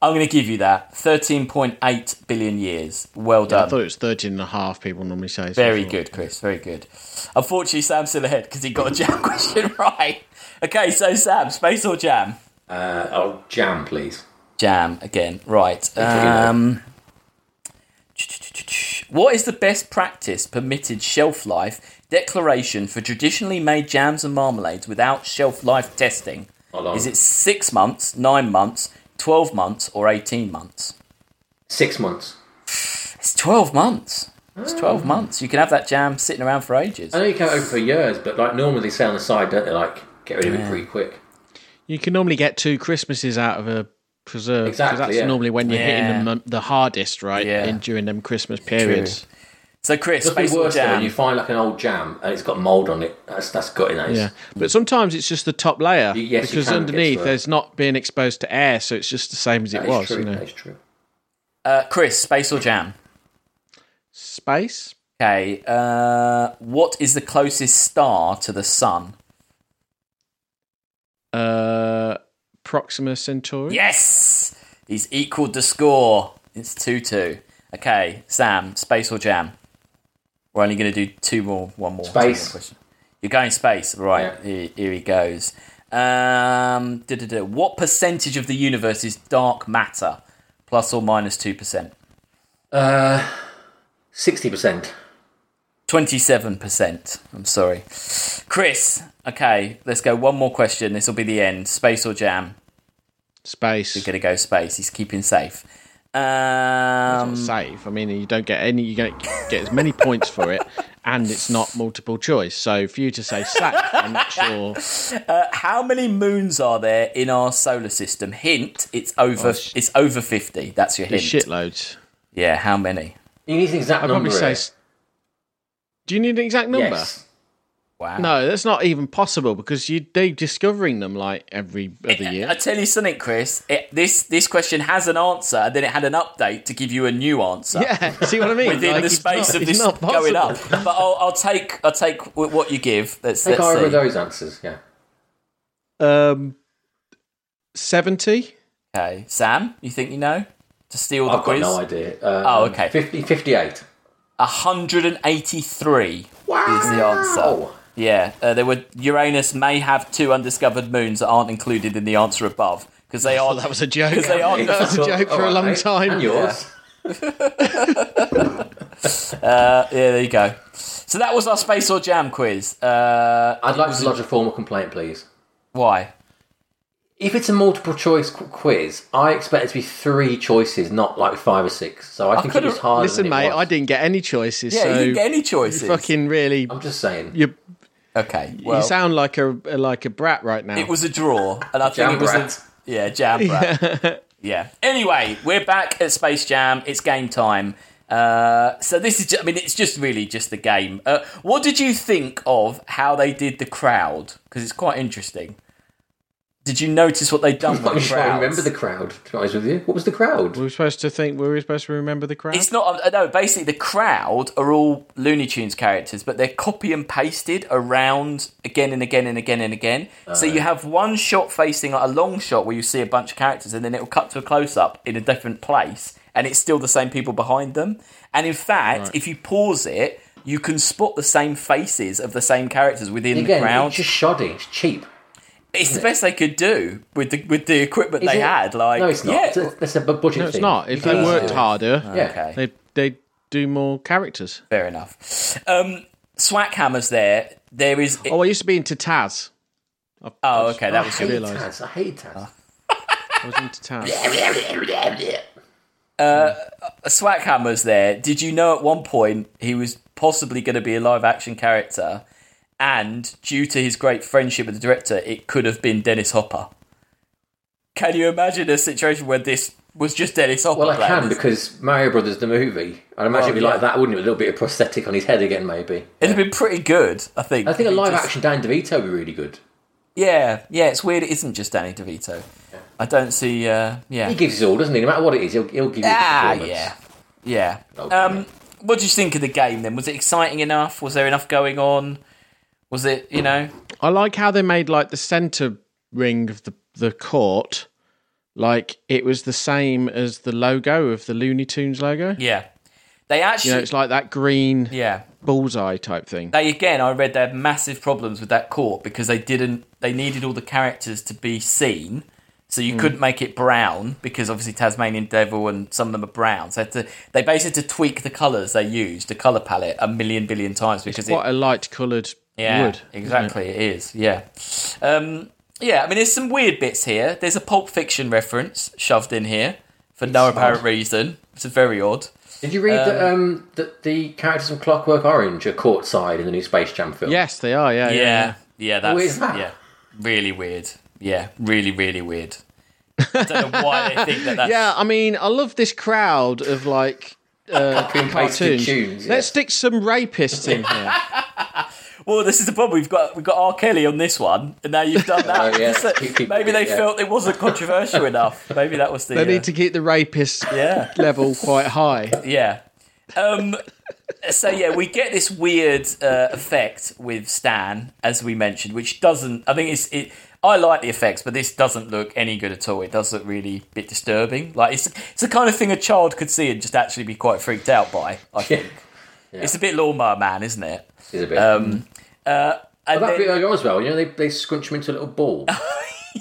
S1: I'm going to give you that. 13.8 billion years. Well
S3: I
S1: done.
S3: thought it was 13 and a half people normally say. so
S1: Very
S3: I thought-
S1: good, Chris. Very good. Unfortunately, Sam's still ahead because he got a jam question right. Okay, so Sam, space or jam?
S2: Uh, oh, jam, please.
S1: Jam again, right?
S2: know.
S1: Um, what is the best practice permitted shelf life declaration for traditionally made jams and marmalades without shelf life testing?
S2: Not long.
S1: Is it six months, nine months, twelve months, or eighteen months?
S2: six months?
S1: It's twelve months. It's twelve months. You can have that jam sitting around for ages.
S2: Mm. I know you can't open for years, but like normally they say on the side, don't they? Like get rid of it pretty quick.
S3: You can normally get two Christmases out of a preserve. 'cause
S2: Exactly,
S3: That's
S2: yeah.
S3: normally when you're
S1: Yeah.
S3: hitting them um, the hardest, right?
S1: Yeah.
S3: In during them Christmas periods.
S1: So, Chris,
S2: It's
S1: space or
S2: worse though
S1: jam?
S2: when you find like an old jam and it's got mold on it. That's that's gutting. That is.
S3: Yeah. But sometimes it's just the top layer
S2: yes, you can
S3: because
S2: get
S3: underneath
S2: through it.
S3: there's not being exposed to air, so it's just the same as it
S2: That is
S3: was.
S2: true.
S3: You know,
S2: That is true.
S1: Uh, Chris, space or jam?
S3: space.
S1: Okay. Uh, what is the closest star to the sun?
S3: Uh, Proxima Centauri.
S1: Yes, he's equaled the score. It's two-two. Okay, Sam, space or jam? We're only going to do two more, one more. two more
S2: Space.
S1: question. You're going space, right?
S2: Yeah.
S1: Here, here he goes. Um, duh-duh-duh. what percentage of the universe is dark matter, plus or minus two percent?
S2: Uh, sixty percent.
S1: Twenty-seven percent. I'm sorry, Chris. Okay, let's go. One more question. This will be the end. Space or jam?
S3: Space.
S1: Gonna go space. He's keeping safe.
S3: It's
S1: Um,
S3: not safe. I mean, you don't get any. You don't get as many points for it, and it's not multiple choice. So for you to say safe, I'm not sure.
S1: how many moons are there in our solar system? Hint: It's over.
S3: Oh, sh-
S1: it's over fifty. That's your hint.
S3: Shitloads.
S1: Yeah. How many?
S2: You need an exact
S3: I'd
S2: number.
S3: probably say.
S2: here.
S3: s- Do you need an exact number?
S2: Yes.
S1: Wow.
S3: No, that's not even possible because you they discovering them like every other
S1: I
S3: year.
S1: tell you something, Chris. It, this this question has an answer, and then it had an update to give you a new answer.
S3: Yeah, see what I mean?
S1: Within
S3: Like,
S1: the
S3: it's
S1: space of
S3: not- it's
S1: this
S3: not
S1: going up,
S3: possible.
S1: but I'll, I'll take I'll take wh- what you give. Let's,
S2: Take
S1: let's
S2: either
S1: see.
S2: of those answers. Yeah.
S3: Um, seventy.
S1: Okay, Sam, you think you know? To steal the
S2: I've got
S1: quiz,
S2: no idea. Um,
S1: Oh, okay.
S2: 50, 58.
S1: 183
S2: Wow.
S1: is the answer.
S2: Oh,
S1: Yeah, uh, there were Uranus may have two undiscovered moons that aren't included in the answer above because they are.
S3: Oh, that was a joke.
S1: Because they are-
S3: that was a joke for a long time.
S2: And yours.
S1: uh, yeah, there you go. So that was our space or jam quiz. Uh,
S2: I'd like to lodge a formal complaint, please.
S1: why?
S2: If it's a multiple choice qu- quiz, I expect it to be three choices, not like five or six. So I, think it
S1: could've-
S2: was harder.
S3: Listen,
S2: than it
S3: mate,
S2: was.
S3: I didn't get any choices.
S1: Yeah,
S3: so
S1: you didn't get any choices.
S3: you fucking really.
S2: I'm just saying.
S3: You
S1: Okay. Well,
S3: you sound like a like a brat right now.
S1: it was a draw, and I think
S2: Jam
S1: it was
S2: rat.
S1: a yeah jam brat. Yeah. Anyway, we're back at Space Jam. It's game time. Uh, so this is, ju- I mean, it's just really just the game. Uh, what did you think of how they did the crowd? Because it's quite interesting. Did you notice what they done
S2: I'm
S1: with
S2: not
S1: the
S2: sure I
S1: crowd?
S2: remember the crowd, to be honest with you. What was the crowd?
S3: we were supposed to think. Were we supposed to remember the crowd?
S1: It's not. uh, No, basically, the crowd are all Looney Tunes characters, but they're copy and pasted around again and again and again and again. so you have one shot facing like, a long shot where you see a bunch of characters, and then it'll cut to a close up in a different place, and it's still the same people behind them. And in fact, if you pause it, you can spot the same faces of the same characters within
S2: Again,
S1: the crowd.
S2: it's just shoddy. It's cheap.
S1: it's the best they could do with the with the equipment
S2: Is
S1: they
S2: it?
S1: had. Like,
S2: no, it's not.
S1: yeah,
S2: It's a, it's a bu- budget
S3: No, it's
S2: thing.
S3: not.
S2: You
S3: If
S2: can't
S3: they
S2: just
S3: worked
S2: do it.
S3: harder,
S2: Yeah.
S1: okay.
S3: they they do more characters.
S1: Fair enough. Um, Swackhammer's there. There is.
S3: Oh, I used to be into Taz.
S1: oh, okay, that
S2: I
S1: was
S2: hate
S1: good.
S3: realise.
S2: Taz. I hate Taz.
S3: I was into Taz.
S1: Uh. Swackhammer's there. Did you know at one point he was possibly going to be a live action character? And due to his great friendship with the director, it could have been Dennis Hopper. Can you imagine a situation where this was just Dennis Hopper?
S2: Well, I
S1: playing
S2: can
S1: this?
S2: because Mario Brothers the movie. I'd imagine it'd be
S1: Well,
S2: like that, wouldn't it? With A little bit of prosthetic on his head again, maybe.
S1: It'd have been pretty good, I think.
S2: I think a
S1: He
S2: live
S1: just-
S2: action Dan DeVito would be really good.
S1: Yeah, yeah. It's weird. It isn't just Danny DeVito. I don't see. Uh, yeah.
S2: He gives his all, doesn't he? No matter what it is, he'll, he'll give you the
S1: Ah,
S2: performance.
S1: yeah, yeah.
S2: Oh,
S1: Um,
S2: brilliant.
S1: what do you think of the game then? Was it exciting enough? Was there enough going on? Was it you know?
S3: I like how they made like the center ring of the the court, like it was the same as the logo of the Looney Tunes logo.
S1: Yeah, they actually.
S3: You know, it's like that green
S1: yeah,
S3: bullseye type thing.
S1: they again. I read they had massive problems with that court because they didn't. They needed all the characters to be seen, so
S3: Hmm.
S1: you couldn't make it brown because obviously Tasmanian Devil and some of them are brown. So they had to, they basically had to tweak the colours they used, the colour palette, a million billion times because it
S3: Quite a light coloured
S1: Yeah,
S3: wood.
S1: exactly. It is. Yeah. Um, yeah. I mean, there's some weird bits here. There's a Pulp Fiction reference shoved in here for no apparent reason. It's very odd.
S2: Did you read that, um, that the characters from Clockwork Orange are courtside in the new Space Jam film?
S3: Yes, they are. Yeah, yeah.
S1: Yeah. Yeah. That's
S2: is that?
S1: yeah. Really weird. Yeah. Really, really weird. I don't know why they think that. That's,
S3: Yeah, I mean, I love this crowd of like uh,
S2: and pasted
S3: cartoons.
S2: tunes, yeah.
S3: Let's stick some rapists in here.
S1: Well, this is the problem. We've got we've got R. Kelly on this one, and now you've done that.
S2: Oh, yeah.
S1: So
S2: Keep- keep-
S1: maybe they
S2: yeah.
S1: felt it wasn't controversial enough. Maybe that was the.
S3: They
S1: uh,
S3: need to keep the rapist
S1: yeah.
S3: level quite high.
S1: Yeah. Um, so yeah, we get this weird uh, effect with Stan, as we mentioned, which doesn't. I think it's. It, I like the effects, but this doesn't look any good at all. It does look really a bit disturbing. Like it's it's the kind of thing a child could see and just actually be quite freaked out by. I think it's a bit lawnmower man, isn't it? uh,
S2: Is a bit. Um,
S1: And
S2: that bit
S1: then,
S2: earlier on as well, you know, they, they scrunch him into a little ball,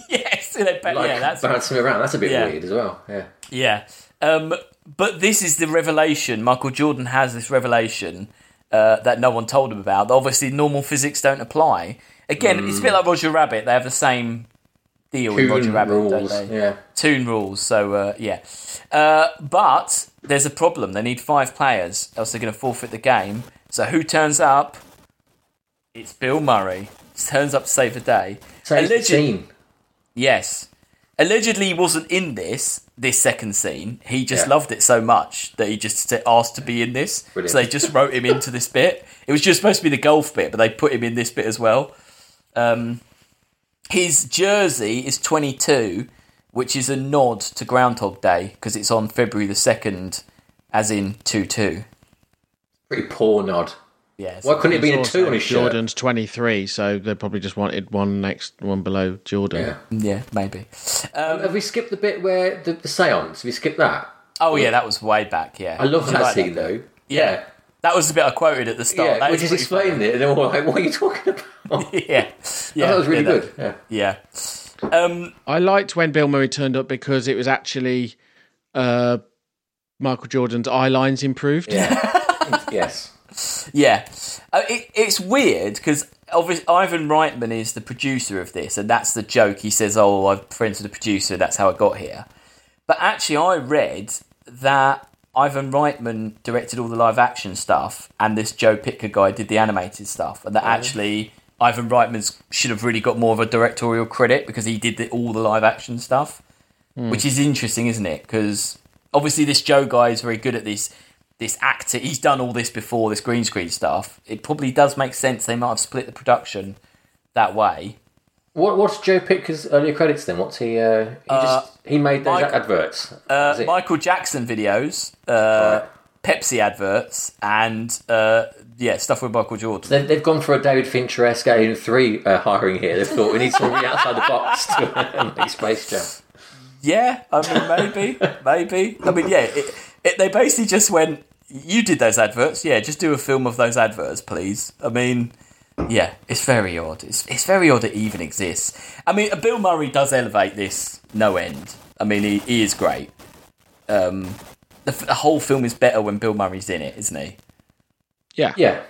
S1: yes, and then-
S2: like
S1: yeah, that's
S2: bounce him around. That's a bit
S1: Yeah.
S2: weird as well. Yeah.
S1: Yeah. Um, but this is the revelation. Michael Jordan has this revelation uh, that no one told him about. Obviously, normal physics don't apply. Again, it's a bit like Roger Rabbit. They have the same deal with Roger
S2: Coon
S1: Rabbit, don't
S2: rules.
S1: they?
S2: Yeah.
S1: Toon rules. So uh, yeah, uh, but there's a problem. They need five players, else they're going to forfeit the game. So who turns up? It's Bill Murray. Turns up to save the day.
S2: Saves the
S1: Alleged-
S2: scene.
S1: Yes, allegedly he wasn't in this this second scene. He just
S2: Yeah.
S1: loved it so much that he just said- asked to be in this.
S2: Brilliant.
S1: So they just wrote him into this bit. It was just supposed to be the golf bit, but they put him in this bit as well. Um, his jersey is 22, which is a nod to Groundhog Day because it's on February the 2nd, as in 2 2.
S2: Pretty poor nod.
S1: Yes.
S2: Why couldn't it be in a two on his shirt?
S3: Jordan's 23, so they probably just wanted one next, one below Jordan.
S2: Yeah.
S1: Yeah, maybe.
S2: Have we skipped the bit where the, the seance? Have we skipped that?
S1: Oh, yeah, that was way back. Yeah.
S2: I love
S1: You
S2: that
S1: like
S2: scene though.
S1: Yeah. That was the bit I quoted at the
S2: Yeah,
S1: start. That
S2: we
S1: is
S2: just
S1: pretty funny.
S2: explained it, and they were like, "What are you talking about?"
S1: yeah, yeah,
S2: that was really
S1: yeah,
S2: good. Yeah.
S1: Yeah, um,
S3: I liked when Bill Murray turned up because it was actually uh, Michael Jordan's eye lines improved.
S2: yes.
S1: yeah. Uh, it, it's weird because obviously Ivan Reitman is the producer of this, and that's the joke. He says, "Oh, I'm friends with the producer. That's how I got here." But actually, I read that Ivan Reitman directed all the live action stuff, and this Joe Pitka guy did the animated stuff,
S2: Oh,
S1: and that actually. Ivan Reitman should have really got more of a directorial credit because he did the, all the live action stuff. which is interesting, isn't it? Because obviously this Joe guy is very good at this this actor. He's done all this before, this green screen stuff. It probably does make sense. They might have split the production that way.
S2: What What's Joe Pitka's earlier credits then? What's he? Uh, he just he made those
S1: Mike-
S2: adverts.
S1: Uh,
S2: Is it-
S1: Michael Jackson videos, uh, Pepsi adverts, and uh, yeah, stuff with Michael Jordan.
S2: They- They've gone for a David Fincher esque Alien 3 uh, hiring here. They've thought we need someone really outside the box to make Space Jam.
S1: Yeah, I mean, maybe, maybe. I mean, yeah, it, it, they basically just went, you did those adverts, yeah, just do a film of those adverts, please. I mean, yeah, it's very odd. It's, it's very odd it even exists. I mean, Bill Murray does elevate this no end. I mean, he, he is great. Um, the, f- the whole film is better when Bill Murray's in it, isn't he?
S3: Yeah.
S2: Yeah.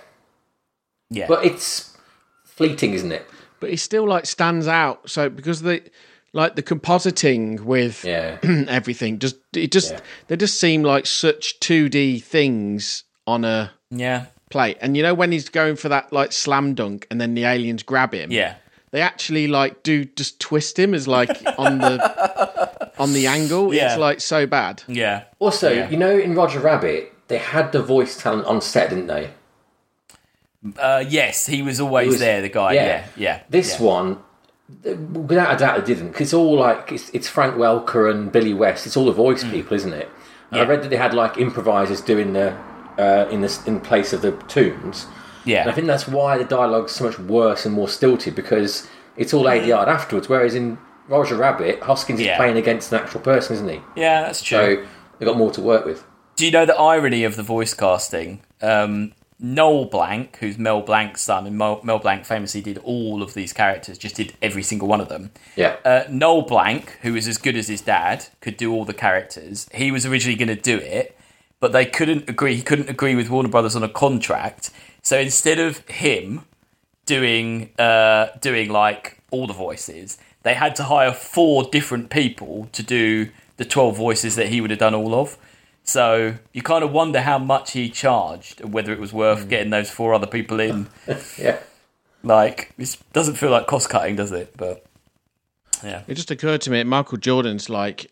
S1: Yeah.
S2: But it's fleeting, isn't it?
S3: But he still like stands out. So because the like the compositing with
S2: Yeah.
S3: everything just it just
S2: Yeah.
S3: they just seem like such 2D things on a
S1: yeah.
S3: plate. And you know when he's going for that like slam dunk and then the aliens grab him.
S1: Yeah.
S3: They actually like do just twist him as like on the on the angle.
S1: Yeah.
S3: It's like so bad.
S1: Yeah.
S2: Also,
S1: Yeah.
S2: you know, in Roger Rabbit, they had the voice talent on set, didn't they?
S1: Uh, yes, he was always
S2: He was-
S1: there, the guy. Yeah.
S2: yeah.
S1: Yeah.
S2: This
S1: yeah.
S2: one, th- without a doubt, it didn't. 'cause it's all like it's, it's Frank Welker and Billy West. It's all the voice people, isn't it?
S1: Mm.
S2: And
S1: Yeah.
S2: I read that they had like improvisers doing the uh, in this in place of the tunes. And I
S1: Yeah.
S2: think that's why the dialogue's so much worse and more stilted because it's all ADR afterwards. Whereas in Roger Rabbit, Hoskins
S1: Mm. Yeah.
S2: is playing against an actual person, isn't he?
S1: Yeah, that's true.
S2: So they've got more to work with.
S1: do you know the irony of the voice casting? Um, Noel Blank, who's Mel Blanc's son, and Mel, Mel Blank famously did all of these characters, just did every single one of them.
S2: Yeah.
S1: Uh, Noel Blank, who was as good as his dad, could do all the characters. He was originally going to do it, but they couldn't agree. He couldn't agree with Warner Brothers on a contract. So instead of him doing uh, doing like all the voices, they had to hire four different people to do the twelve voices that he would have done all of. So you kind of wonder how much he charged, and whether it was worth getting those four other people in.
S2: yeah.
S1: Like, it doesn't feel like cost cutting, does it? But
S3: It just occurred to me that Michael Jordan's like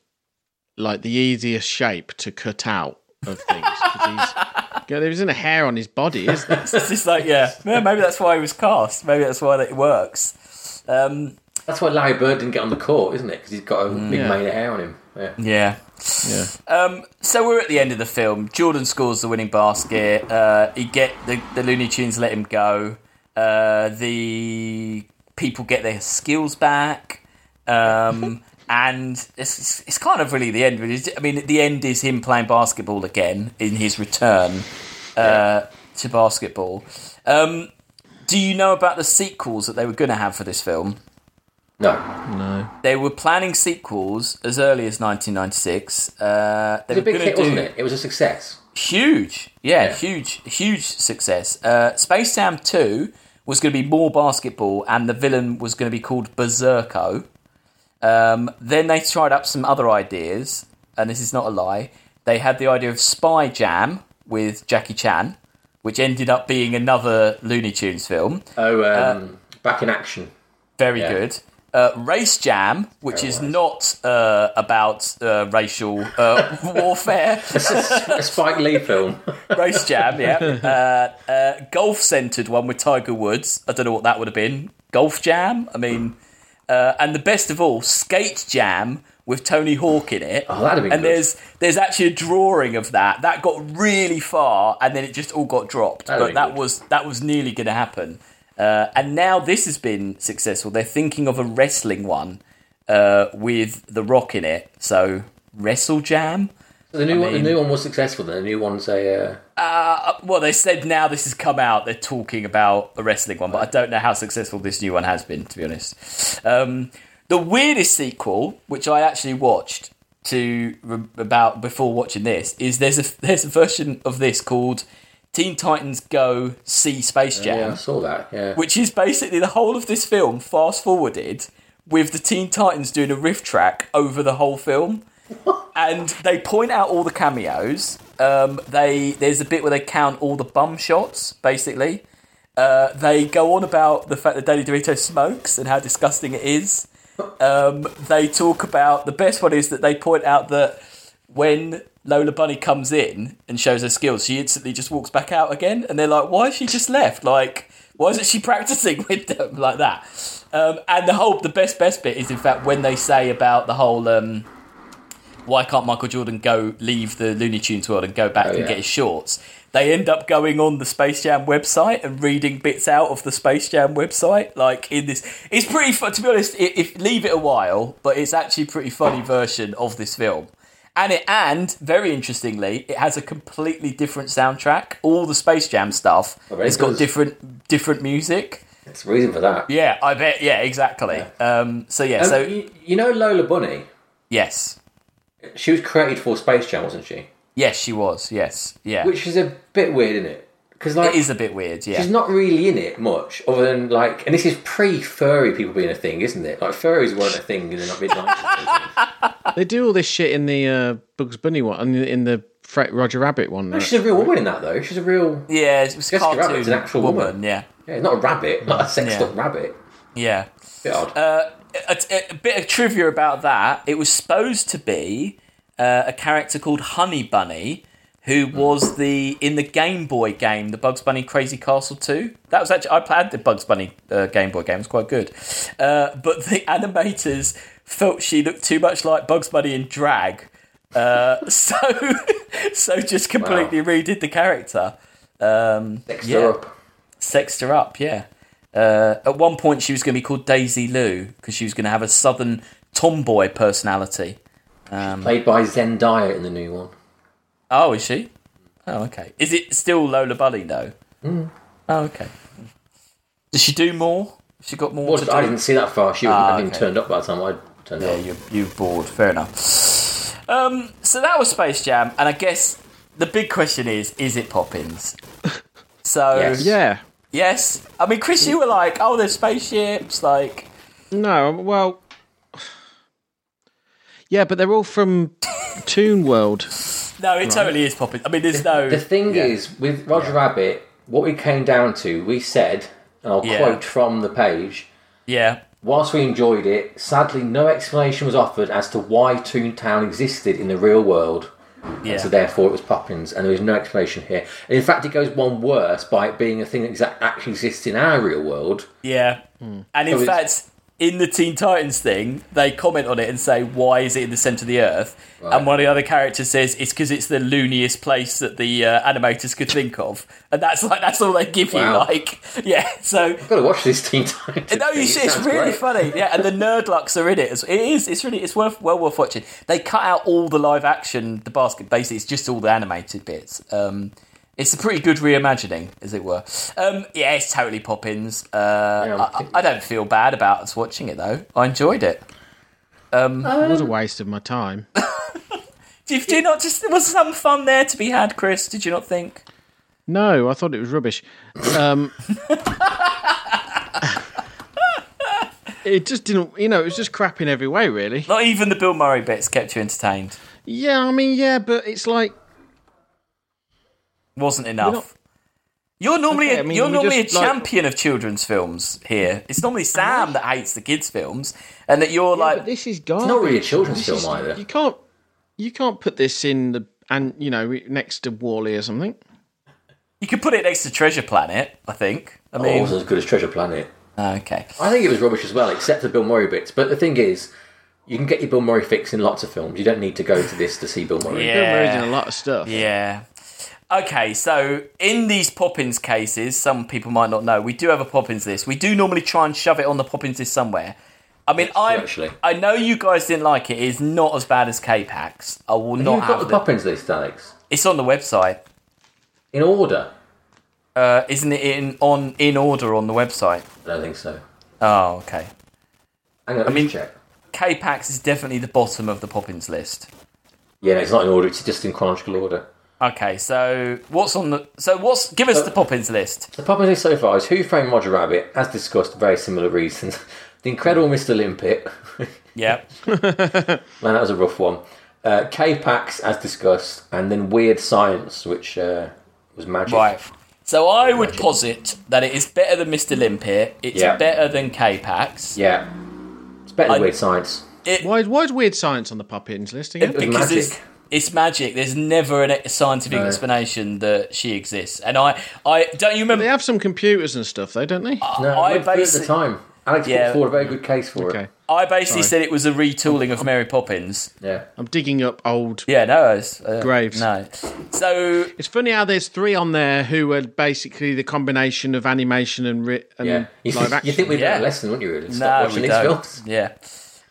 S3: like the easiest shape to cut out of things. 'cause he's- there isn't a hair on his body, is there?
S1: It's just like, yeah, yeah, maybe that's why he was cast. Maybe that's why it works. Um,
S2: That's why Larry Bird didn't get on the court, isn't it? Because he's got a big
S1: Mm.
S3: Yeah.
S2: mane of hair on him. Yeah.
S1: yeah.
S3: Yeah.
S1: Um, so we're at the end of the film. Jordan scores the winning basket. Uh, he get the, the Looney Tunes let him go. Uh, the people get their skills back. Um, and it's, it's, it's kind of really the end. really. I mean, the end is him playing basketball again in his return uh, to basketball. Um, do you know about the sequels that they were going to have for this film?
S2: No.
S3: No.
S1: They were planning sequels as early as 1996. Uh, they
S2: It was a
S1: were
S2: big
S1: gonna
S2: hit,
S1: do,
S2: wasn't it? It was a success.
S1: Huge, yeah, huge, huge success. Uh, Space Jam Two was going to be more basketball, and the villain was going to be called Berserko. Um, then they tried up some other ideas, and this is not a lie. They had the idea of Spy Jam with Jackie Chan, which ended up being another Looney Tunes film.
S2: Oh, um, back in action.
S1: Very
S2: Yeah.
S1: good. Uh, Race Jam, which is
S2: Very
S1: not uh, about uh, racial uh, warfare.
S2: a Spike Lee film.
S1: Race Jam, yeah. Uh, uh, golf centered one with Tiger Woods. I don't know what that would have been. Golf Jam, I mean. Uh, and the best of all, Skate Jam with Tony Hawk in it.
S2: Oh, that'd have been
S1: and
S2: good.
S1: there's there's actually a drawing of that. That got really far, and then it just all got dropped.
S2: That'd
S1: but
S2: been
S1: that
S2: good.
S1: was that was nearly going to happen. Uh, and now this has been successful. They're thinking of a wrestling one uh, with The Rock in it. So Wrestle Jam.
S2: The new one,
S1: mean-
S2: the new one was successful. Then the new one's a. Uh,
S1: Well, they said now this has come out, they're talking about a wrestling one, but I don't know how successful this new one has been, to be honest. Um, the weirdest sequel, which I actually watched to about before watching this, is there's a there's a version of this called Teen Titans Go See Space Jam,
S2: yeah, I saw that. Yeah.
S1: which is basically the whole of this film fast forwarded with the Teen Titans doing a riff track over the whole film and they point out all the cameos. Um, they there's a bit where they count all the bum shots. Basically, uh, they go on about the fact that Danny DeVito smokes and how disgusting it is. Um, they talk about the best one is that they point out that when Lola Bunny comes in and shows her skills, she instantly just walks back out again, and they're like, "Why has she just left? Like, why isn't she practicing with them like that?" Um, and the whole the best best bit is in fact when they say about the whole. Um, why can't Michael Jordan go leave the Looney Tunes world and go back and
S2: Oh, yeah.
S1: get his shorts? They end up going on the Space Jam website and reading bits out of the Space Jam website. Like in this, it's pretty fun. To be honest, i if leave it a while, but it's actually a pretty funny version of this film. And it and very interestingly, it has a completely different soundtrack. All the Space Jam stuff,
S2: I bet it
S1: it's got
S2: does.
S1: different different music.
S2: It's the reason for that.
S1: Yeah, I bet. Yeah, exactly. Um, so yeah,
S2: Um,
S1: so
S2: you, you know Lola Bunny.
S1: yes,
S2: She was created for Space Jam, wasn't she?
S1: yes, she was. Yes, yeah.
S2: Which is a bit weird, isn't it? Because like
S1: It is a bit weird, yeah.
S2: she's not really in it much, other than like, and this is pre-furry people being a thing, isn't it? Like furries weren't a thing in the mid nineties.
S3: They do all this shit in the uh, Bugs Bunny one, and in the Fre- Roger Rabbit one. right?
S2: she's a real woman in that though. She's a real,
S1: Yeah, it was
S2: Jessica
S1: cartoon
S2: Rabbit's an actual woman.
S1: Yeah,
S2: yeah, not a rabbit, not a sexed-up
S1: Yeah. Uh,
S2: rabbit.
S1: yeah.
S2: Bit odd.
S1: A, a- a bit of trivia about that. It was supposed to be uh, a character called Honey Bunny, who was the in the Game Boy game, the Bugs Bunny Crazy Castle Two. That was actually I played the Bugs Bunny uh, Game Boy game. It's quite good, uh, but the animators felt she looked too much like Bugs Bunny in drag. Uh, so, so just completely redid the character.
S2: Sexed
S1: yeah.
S2: her up.
S1: sexed her up. Yeah. Uh, at one point, she was going to be called Daisy Lou because she was going to have a southern tomboy personality.
S2: Played by Zendaya in the new one.
S1: Oh, is she? Oh, okay. Is it still Lola Bunny though?
S2: Mm.
S1: Oh, okay. Does she do more? Has She got more
S2: Was
S1: to
S2: it-
S1: do.
S2: I didn't see that far. She wasn't
S1: Ah,
S2: even
S1: okay.
S2: turned up by the time I turned
S1: Yeah,
S2: up.
S1: you you bored. Fair enough. Um, so that was Space Jam, and I guess the big question is: Is it Poppins? So
S2: Yes.
S3: yeah.
S1: yes. I mean, Chris, you were like, "Oh, there's spaceships." Like,
S3: No, well, yeah, but they're all from Toon World.
S1: no, it totally is Poppins. I mean, there's no
S2: The thing is, with Roger Rabbit, what we came down to, we said, and I'll
S1: Yeah.
S2: quote from the page,
S1: yeah.
S2: whilst we enjoyed it, sadly no explanation was offered as to why Toontown existed in the real world.
S1: Yeah.
S2: So therefore it was Poppins, and there is no explanation here. And in fact, it goes one worse by it being a thing that exact- actually exists in our real world.
S1: yeah. And in
S2: So
S1: fact,
S2: it's-
S1: in the Teen Titans thing, they comment on it and say, "Why is it in the center of the earth?"
S2: Right.
S1: And one of the other characters says, "It's because it's the looniest place that the uh, animators could think of," and that's like that's all they give you.
S2: Wow.
S1: Like, yeah. So
S2: I've got to watch this Teen Titans.
S1: no,
S2: thing,
S1: you
S2: it
S1: should, it's
S2: sounds
S1: really
S2: great.
S1: funny. Yeah, and the Nerdlucks are in it. as- It is. It's really. It's worth well worth watching. They cut out all the live action, the basket. Basically, it's just all the animated bits. Um, it's a pretty good reimagining, as it were. Um, yeah, it's totally Poppins. Uh,
S2: Yeah, I'm
S1: I, I don't feel bad about us watching it though. I enjoyed it.
S3: It was a waste of my time.
S1: Do you, do you not just there was some fun there to be had, Chris? Did you not think?
S3: No, I thought it was rubbish. Um, it just didn't, you know, it was just crap in every way, really.
S1: Not even the Bill Murray bits kept you entertained.
S3: Yeah, I mean, yeah, but it's like,
S1: Wasn't enough. you're normally
S3: Okay,
S1: a,
S3: I mean,
S1: you're
S3: we
S1: normally
S3: just,
S1: a
S3: like-
S1: champion of children's films here. It's normally Sam that hates the kids' films, and that you're
S3: but
S1: like,
S3: this is garbage.
S2: not really a children's
S3: This
S2: film
S3: is-
S2: either.
S3: You can't, you can't put this in the and you know next to Wally or something.
S1: you could put it next to Treasure Planet. I think. I
S2: It
S1: mean,
S3: Oh.
S1: uh,
S2: wasn't as good as Treasure Planet.
S1: okay.
S2: I think it was rubbish as well, except the Bill Murray bits. But the thing is, you can get your Bill Murray fix in lots of films. You don't need to go to this to see Bill Murray.
S3: Bill Murray
S1: Yeah.
S3: did a lot of stuff.
S1: Yeah. Okay, so in these Poppins cases, some people might not know, we do have a Poppins list. We do normally try and shove it on the Poppins list somewhere. I mean, I
S2: actually.
S1: I know you guys didn't like it. It's not as bad as K-Pax. I will not
S2: You've got the
S1: have it.
S2: Poppins list, Alex,
S1: It's on the website.
S2: in order.
S1: Uh, isn't it in on in order on the website?
S2: I don't think so.
S1: Oh, okay.
S2: Hang on, I
S1: mean-
S2: mean, check.
S1: K-Pax is definitely the bottom of the Poppins list.
S2: Yeah, no, it's not in order. It's just in chronological order.
S1: Okay, so what's on the so what's give us the Poppins list?
S2: The Poppins list so far is Who Framed Roger Rabbit, as discussed, very similar reasons. The
S1: Mm.
S2: Incredible Mr. Limpet.
S1: Yeah.
S2: Man, that was a rough one. Uh, K-Pax, as discussed, and then Weird Science, which uh, was magic.
S1: Right. So I would posit that it is better than Mr. Limpet. It's
S2: Yeah.
S1: better than K-Pax.
S2: Yeah. It's better than
S1: I-
S2: Weird Science.
S1: It,
S3: Why, why is Weird Science on the Poppins list again?
S2: It- it-
S1: because
S2: magic.
S1: It's, it's magic. There's never an- a scientific
S2: No.
S1: explanation that she exists. And I, I don't you
S3: They
S1: remember?
S3: have some computers and stuff, though, don't they?
S2: No,
S1: I
S2: I went through it at
S1: basi-
S2: the time. Alex
S1: Yeah.
S2: put forward a very good case for
S3: Okay,
S2: it.
S1: I basically said
S3: Sorry.
S1: it was a retooling of Mary Poppins.
S2: Yeah.
S3: I'm digging up old.
S1: Yeah, no, it's, uh,
S3: Graves.
S1: No, so
S3: It's funny how there's three on there who are basically the combination of animation and, ri- and
S2: Yeah. You,
S3: live
S2: think,
S3: action.
S2: you think we'd
S1: Yeah.
S2: learn a lesson, wouldn't you, really? Stop
S1: no,
S2: watching
S1: we
S2: these
S1: don't.
S2: films.
S1: Yeah,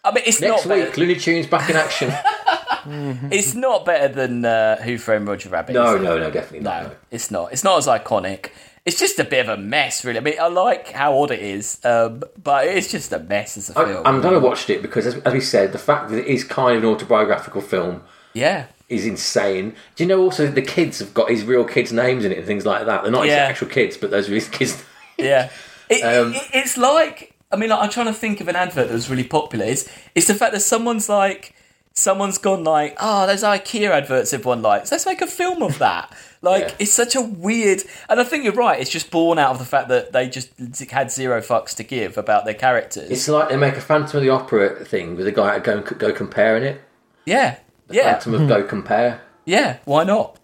S1: I mean it's
S2: Next
S1: not better,
S2: week, Looney Tunes back in action.
S1: it's not better than uh, Who Framed Roger Rabbit.
S2: no,
S1: is it?
S2: no, no, definitely not.
S1: No, it's not. It's not as iconic. It's just a bit of a mess, really. I mean, I like how odd it is, um, but it's just a mess as a
S2: I,
S1: film.
S2: I'm glad I watched it because, as, as we said, the fact that it is kind of an autobiographical film
S1: yeah,
S2: is insane. Do you know also that the kids have got his real kids' names in it and things like that? They're not his
S1: Yeah.
S2: actual kids, but those are his kids.
S1: yeah. It,
S2: Um,
S1: it- it's like I mean, like, I'm trying to think of an advert that was really popular. It's, it's the fact that someone's like, someone's gone like, oh, those IKEA adverts everyone likes. Let's make a film of that. Like,
S2: Yeah.
S1: it's such a weird. And I think you're right. It's just born out of the fact that they just had zero fucks to give about their characters.
S2: It's like they make a Phantom of the Opera thing with a guy at Go Go comparing it.
S1: yeah, yeah.
S2: Phantom
S3: Hmm.
S2: of Go Compare.
S1: Yeah, why not?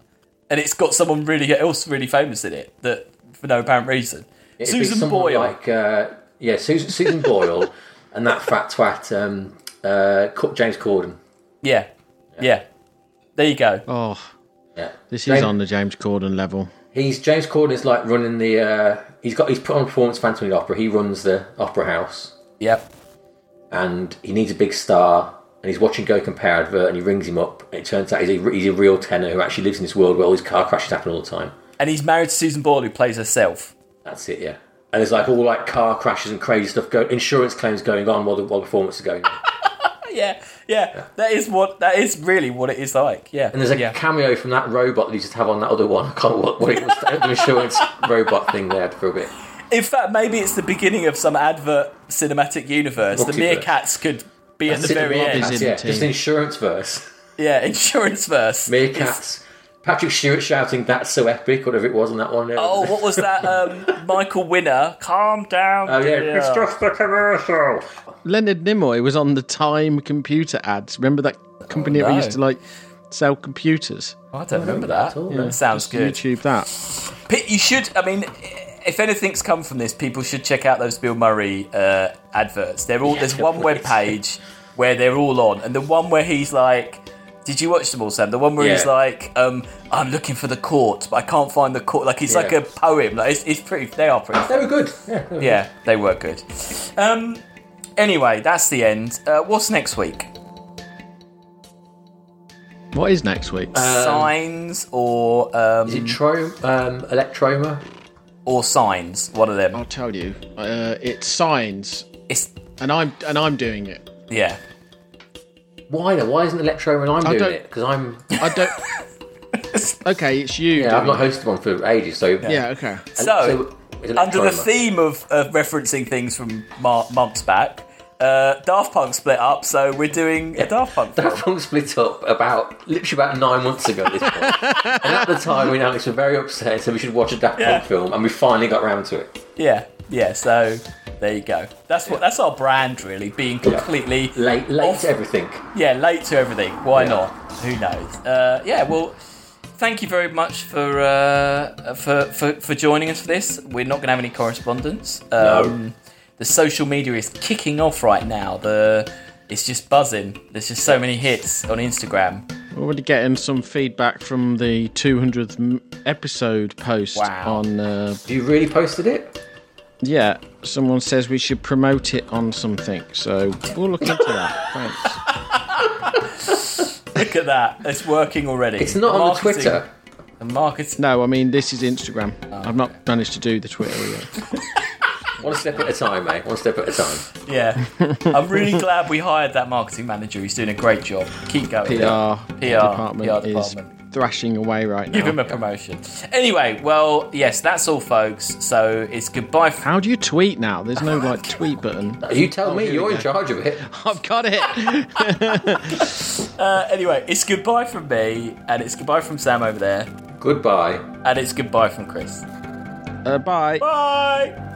S1: And it's got someone really else really famous in it that for no apparent reason.
S2: It'd be
S1: Susan
S2: someone
S1: Boyle.
S2: Like, uh, yeah, Susan, Susan Boyle and that fat twat um, uh, Co- James Corden.
S1: Yeah. yeah. There you go.
S3: oh,
S2: Yeah,
S3: this
S2: James,
S3: is on the James Corden level.
S2: He's James Corden is like running the. Uh, he's got he's put on performance Phantom of the Opera. He runs the Opera House.
S1: Yep.
S2: and he needs a big star. And he's watching Go Compare advert, and he rings him up. And it turns out he's a, he's a real tenor who actually lives in this world where all these car crashes happen all the time.
S1: And he's married to Susan Boyle who plays herself.
S2: That's it, yeah. And there's like all like car crashes and crazy stuff, go, insurance claims going on while the, while the performance is going on.
S1: Oh, Yeah, yeah. That is what that is really what it is like. Yeah.
S2: And there's a
S1: yeah.
S2: cameo from that robot that he just have on that other one. I can't what, what it was, the insurance robot thing there for a bit.
S1: In fact, maybe it's the beginning of some advert cinematic universe. The
S2: Multiverse.
S1: meerkats could be at the
S2: That's it,
S1: very
S2: Rob
S1: end.
S2: is
S3: in
S2: yeah,
S3: the team.
S2: just an insurance verse.
S1: Yeah, insurance verse.
S2: Meerkats. Patrick Stewart shouting, that's so epic, whatever it was on that one.
S1: Oh, what was that? Um, Michael Winner. Calm down.
S2: Oh, yeah,
S1: dear.
S2: it's just a commercial.
S3: Leonard Nimoy was on the Time computer ads. Remember that company that
S1: no.
S3: used to like sell computers?
S1: Oh, I don't remember that.
S2: at all,
S1: That Sounds
S3: Just
S1: good.
S3: YouTube that.
S1: Pe- You should. I mean, if anything's come from this, people should check out those Bill Murray uh, adverts. They're all there's one web page where they're all on, and the one where he's like, "Did you watch them all, Sam?" The one where he's
S2: Yeah.
S1: like, um, "I'm looking for the court, but I can't find the court." Like it's like
S2: Yeah.
S1: a poem. Like it's, it's pretty. They are pretty.
S2: They were good. Yeah, they were
S1: Yeah, they were good. Um, anyway, that's the end. Uh, what's next week?
S3: What is next week?
S2: Uh, Um,
S1: signs or um,
S2: Is it tro- um, electroma?
S1: or signs? One of them.
S3: I'll tell you. Uh, it's signs,
S1: It's
S3: and I'm and I'm doing it.
S1: yeah.
S2: Why though? Why isn't Electro when I'm doing
S3: don't-
S2: it? Because I'm
S3: I don't. okay, it's you.
S2: yeah, I've
S3: doing
S2: not
S3: it.
S2: hosted one for ages. So
S3: yeah, okay.
S1: So,
S2: is
S1: under
S2: Electro
S1: the
S2: in my-
S1: theme of, of referencing things from mar- months back, uh, Daft Punk split up, so we're doing a Daft Punk. film.
S2: That song split up about literally about nine months ago at this point. and at the time, we and Alex were very upset and said we should watch a Daft Punk
S1: Yeah.
S2: film, and we finally got round to it.
S1: Yeah, yeah. So there you go. That's what that's our brand really, being completely
S2: Late, late
S1: off-
S2: to everything.
S1: yeah, late to everything. Why
S2: Yeah.
S1: not? Who knows? Uh, yeah. Well, thank you very much for uh, for, for for joining us for this. We're not going to have any correspondence. Um, The social media is kicking off right now. The it's just buzzing. There's just so many hits on Instagram.
S3: We're already getting some feedback from the 200th m- episode post
S1: Wow.
S3: on. Uh,
S2: You really posted it?
S3: yeah, someone says we should promote it on something, so we'll look into that. Thanks.
S1: Look at that. It's working already.
S2: It's not on the
S1: Marketing-
S2: Twitter.
S1: The marketing.
S3: No, I mean this is Instagram.
S1: Oh,
S3: I've not managed to do the Twitter yet.
S2: One step at a time, mate. One step at a time.
S1: Yeah. I'm really glad we hired that marketing manager. He's doing a great job. Keep going.
S3: PR, department,
S1: PR
S3: is
S1: department.
S3: thrashing away right now.
S1: Give him a promotion. Anyway, well, yes, that's all, folks. So it's goodbye. For-
S3: How do you tweet now? There's no like tweet button.
S2: You tell me,
S3: here
S2: you're
S3: we
S2: in
S3: go.
S2: charge of it.
S3: I've got it.
S1: uh, anyway, it's goodbye from me, and it's goodbye from Sam over there,
S2: Goodbye.
S1: and it's goodbye from Chris.
S3: Uh, bye.
S1: Bye.